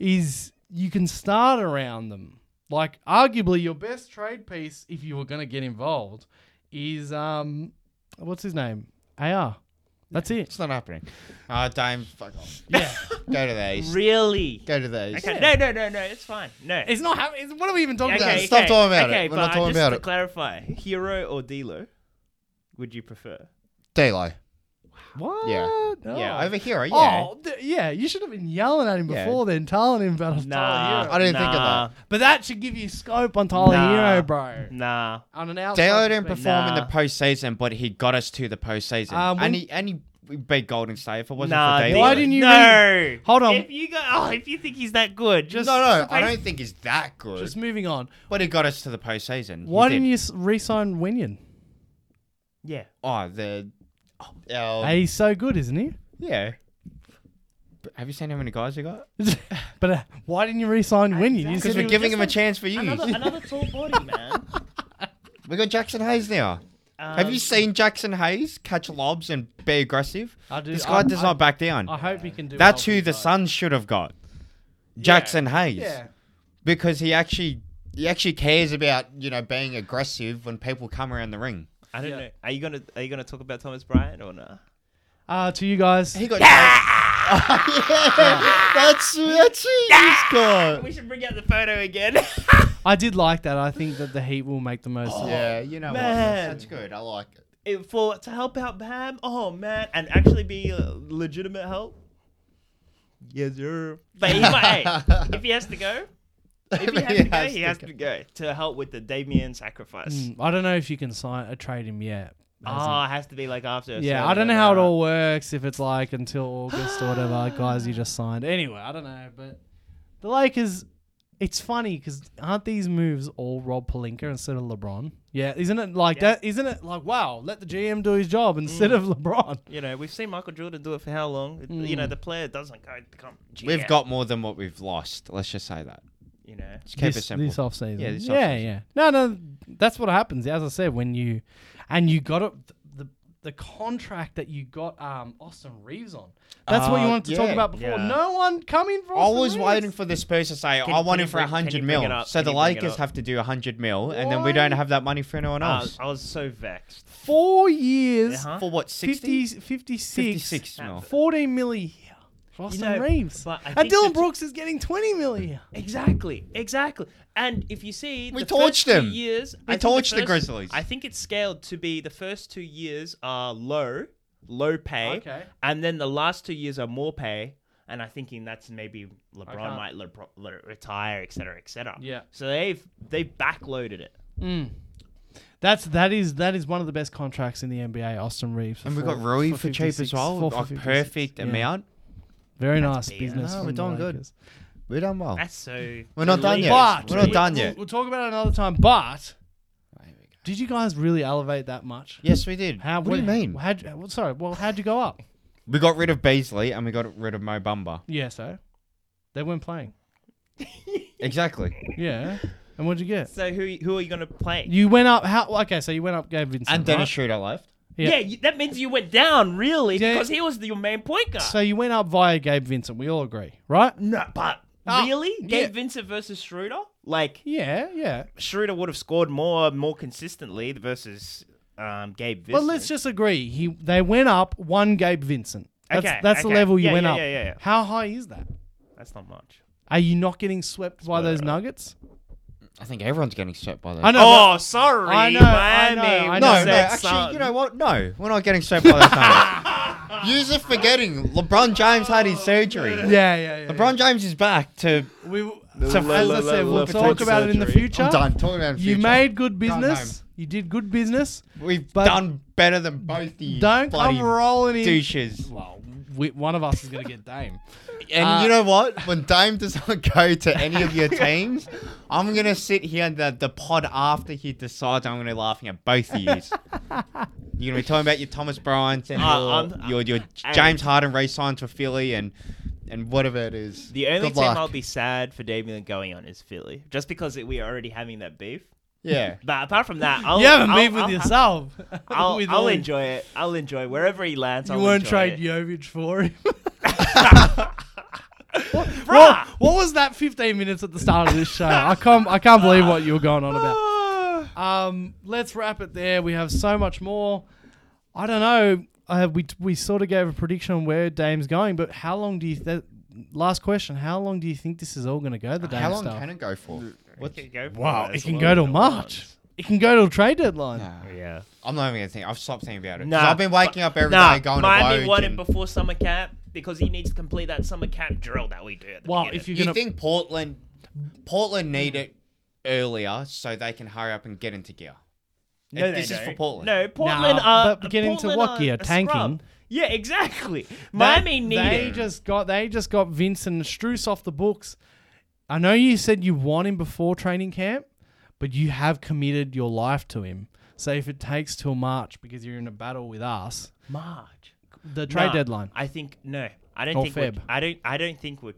is you can start around them. Like arguably your best trade piece, if you were going to get involved, is um, what's his name? AR. That's it.
It's not happening.
Ah, Dame, fuck off.
Yeah,
Go to the East.
really.
Go to the East.
Okay, no, no, no, no, it's fine. No.
it's not. hap- It's, what are we even talking
okay,
about?
stop
okay,
talking about it.
okay, but
We're not
I-
talking
just
about
to
it.
clarify, Hero or D'Lo, would you prefer?
D'Lo.
What?
Yeah.
No.
Yeah, over here. Yeah.
Oh, th- yeah. You should have been yelling at him
Yeah.
before then, telling him about Tyler
Nah,
Hero.
I didn't think of
nah,
But that should give you scope on Tyler
Nah.
Hero, bro.
Nah,
On an outside
Taylor Oh, didn't
perspective.
perform in the
Nah.
postseason, but he got us to the postseason.
Um,
and
we-
he and he we beat Golden State. If it wasn't
nah.
for Daly,
dude.
Why didn't you
No.
Hold on.
If you go, oh, if you think he's that good,
no,
just
no, I don't think he's that good.
Just moving on.
but he got us to the postseason. He
Why didn't
did.
you s- re-sign Winion?
Yeah.
Oh, the. Oh, our-
Hey, he's so good, isn't he?
yeah. But have you seen how many guys we got?
but uh, why didn't you re-sign Winion? You
Because
said
we're
you-
giving
just
him a
like-
chance for you.
Another, another tall body, man.
we got Jackson Hayes now. have
Um,
you seen Jackson Hayes catch lobs and be aggressive?
I do-
This guy
I-
does
I-
not back down.
I hope he can do.
That's
well
who
for
the
you guys.
Suns should have got. Jackson Hayes.
Yeah.
Because he actually he actually cares about, you know, being aggressive when people come around the ring.
I don't
Yeah.
know. Are you gonna Are you gonna talk about Thomas Bryant or not?
Uh, to you guys.
He got yeah. That's that's who he's got.
We should bring out the photo again.
I did like that. I think that the Heat will make the most. of it.
Yeah, you know
Man.
what? That's good. I like it.
It- for to help out Bam. Oh man, and actually be uh, legitimate help. Yes, sir. But he might, hey, if he has to go, if he has to go, he has to go to help with the Damien sacrifice.
Mm, I don't know if you can sign a trade him yet.
Oh, it has to be like after.
Yeah, I don't know how it all works. If it's like until August or whatever, guys, you just signed. Anyway, I don't know, but the Lakers. It's funny because aren't these moves all Rob Palinka instead of LeBron? Yeah, isn't it like
Yeah.
that? Isn't it like wow? Let the GM do his job instead
Mm.
of LeBron.
You know, we've seen Michael Jordan do it for how long? It- You know, the player doesn't go become.
We've
GM,
got more than what we've lost. Let's just say that.
You know.
Just keep it
this,
simple.
this off season.
Yeah, this
yeah,
offseason.
yeah. No, no, that's what happens. As I said, when you and you got it, the the contract that you got um, Austin Reeves on. That's what you
Uh,
wanted to talk
yeah.
about before.
Yeah.
No one coming for.
I
Austin
was
Reeves.
waiting for this person to say,
Can-
I
can
want
you
him for
bring- can you
100
bring
mil.
it up?
So
Can
the
you bring it up?
Lakers
Uh,
have to do 100 mil, and then we
Why?
don't have that money for anyone
I
else.
was, I was so vexed.
four years,
Uh-huh.
for what, 60?
50, 56,
56 mil.
14 mil a year for Austin
know,
Reeves.
but I
and
think
Dylan
that's-
Brooks is getting 20 mil a year.
Exactly, exactly. And if you see,
We
the first
torched
two
them.
Years,
We
I think
torched the
first-
Grizzlies.
I think it's scaled to be the first two years are low, low pay,
Okay.
and then the last two years are more pay. And I'm thinking that's maybe LeBron
can't-
might LeBron, le- retire, et cetera, et cetera.
Yeah.
So they've they backloaded it.
That's that is that is one of the best contracts in the NBA, Austin Reeves.
And we
four-
got Rui for, cheap
56,
as well.
four for
Like
56.
perfect
Yeah.
amount.
Very nice
big.
business.
No,
from
we're
the
doing good.
Lakers.
We've done well.
That's so.
We're not
the
done
league
yet.
is
But we-
We're not
rigged.
done
we'll-
yet.
We'll talk about it another time. But did you guys really elevate that much?
Yes, we did.
How?
what, do you mean?
How'd, well, sorry. Well, how'd you go up?
We got rid of Beasley and we got rid of Mo Bamba.
yeah, so they weren't playing.
Exactly.
Yeah, and what'd you get?
So who who are you gonna play?
You went up. How? Okay, so you went up. Gabe Vincent.
and Dennis Schroeder left.
Yeah.
yeah, you, that means you went down really
Yeah.
because he was the, your main point guard.
right? So you went up via Gabe Vincent. We all agree, right?
no, but
Ah,
really,
yeah.
Gabe Vincent versus Schroeder, like
Yeah, yeah.
Schroeder would have scored more more consistently versus um, Gabe Vincent.
But let's just agree. He they went up one Gabe Vincent. That's,
Okay,
that's the
okay.
level you
Yeah,
went
yeah,
up.
yeah, yeah, yeah.
How high is that?
That's not much.
Are you not getting swept by
Uh,
those Nuggets?
I think everyone's getting swept by those.
I know.
Oh, sorry,
I know, I
Miami.
know, I know.
No,
Said
no, actually, you know what? No, we're not getting swept by those. Nuggets. You're forgetting LeBron James had his surgery.
but- yeah, yeah, yeah.
LeBron James is back to.
yeah. we, will-
to
as I said, we'll talk about it in the future.
Talking about
You made good
Gone
business. You did good business.
We've
but-
done better than both you.
Don't
bloody
come rolling in.
douches.
Well, we, one of us is gonna get Dame.
And
Uh,
you know what? When Dame does not go to any of your teams, I'm gonna sit here in the, the pod after he decides. I'm gonna be laughing at both of you. You're gonna be talking about your Thomas Bryant and
Uh,
your,
I'm-
your your
hey.
James Harden race on to Philly and and whatever it is.
The only
Good
team
luck.
I'll be sad for Damian going on is Philly, just because it, we are already having that beef.
yeah.
But apart from that, I'll,
you haven't
I'll,
been with
I'll,
yourself.
I'll,
With
I'll
all-
enjoy it. I'll enjoy wherever he lands.
You
I'll
won't
enjoy
trade
it.
Jovic for him. what,
Bruh.
what- what was that 15 minutes at the start of this show? I can't I can't believe what you were going on about.
Ah.
Um, let's wrap it there. We have so much more. I don't know. Uh, we we sort of gave a prediction on where Dame's going, but how long do you that last question? How long do you think this is all going to go? The Dame
How long
stuff.
can it go for? What's,
It can go for
Wow,
as
it can
long
go
as
till
it
March.
wants.
It can go to a trade deadline.
Nah.
Yeah.
I'm not even gonna think. I've stopped thinking about it. 'Cause
Nah,
I've been waking up every day
Nah,
going
Miami
to Woj.
wanted
and-
before summer camp because he needs to complete that summer camp drill that we do. At the
Well,
beginning.
if you're
you
gonna,
think Portland, Portland need it earlier so they can hurry up and get into gear.
No,
If
they
this is for
don't.
Portland.
No, Portland are
but getting to
Portland
what
are
gear?
a
Tanking?
scrub. Yeah, exactly.
they,
Miami need
They
it.
just got they just got Vincent Struess off the books. I know you said you want him before training camp, but you have committed your life to him. So if it takes till March because you're in a battle with us,
March.
the trade
Nah,
deadline.
I think no. I don't
Or
think we'll-
Feb.
I don't I don't think we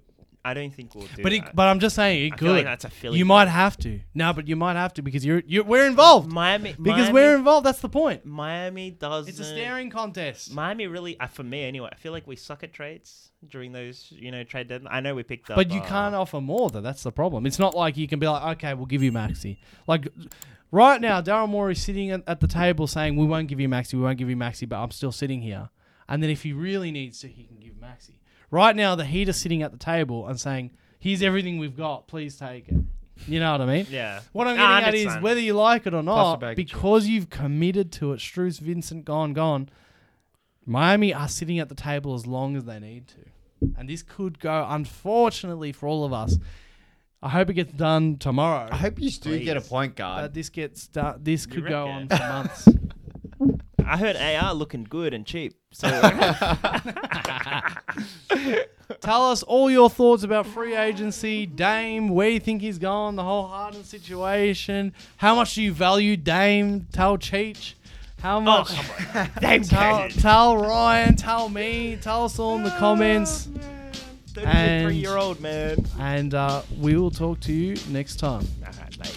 I don't think we'll do
But it,
that.
but I'm just saying it
I
could.
feel like that's a Philly
you
thing.
might have to. No, but you might have to because you're you we're involved.
Miami
because
Miami,
we're involved. That's the point.
Miami does
It's a staring contest.
Miami really uh, for me anyway, I feel like we suck at trades during those, you know, trade deadline. I know we picked up
But you
uh,
can't offer more, though. That's the problem. It's not like you can be like, okay, we'll give you Maxi. Like right now, Daryl Moore is sitting at, at the table saying, we won't give you Maxi, we won't give you Maxi, but I'm still sitting here. And then if he really needs to, he can give Maxi. Right now, the Heat are sitting at the table and saying, here's everything we've got. Please take it. You know what I mean?
Yeah.
What I'm
Nah, I
getting at is
understand.
whether you like it or
Plus a
not,
bag of
because you've committed to it, Struce, Vincent, gone, gone. Miami are sitting at the table as long as they need to. And this could go, unfortunately, for all of us. I hope it gets done tomorrow.
I hope you do get a
Please.
point
But
guard.
this gets done. This could go on
reckon?
for months.
I heard AR looking good and cheap. So
Tell us all your thoughts about free agency, Dame, where you think he's gone, the whole Harden situation. How much do you value Dame? Tell Cheech.
Oh,
How
oh,
much?
Dame
tell,
Kennedy.
tell Ryan, tell me, tell us all in the comments,
Thirty-three
And-
year old man.
and uh, we will talk to you next time.
All right, mate.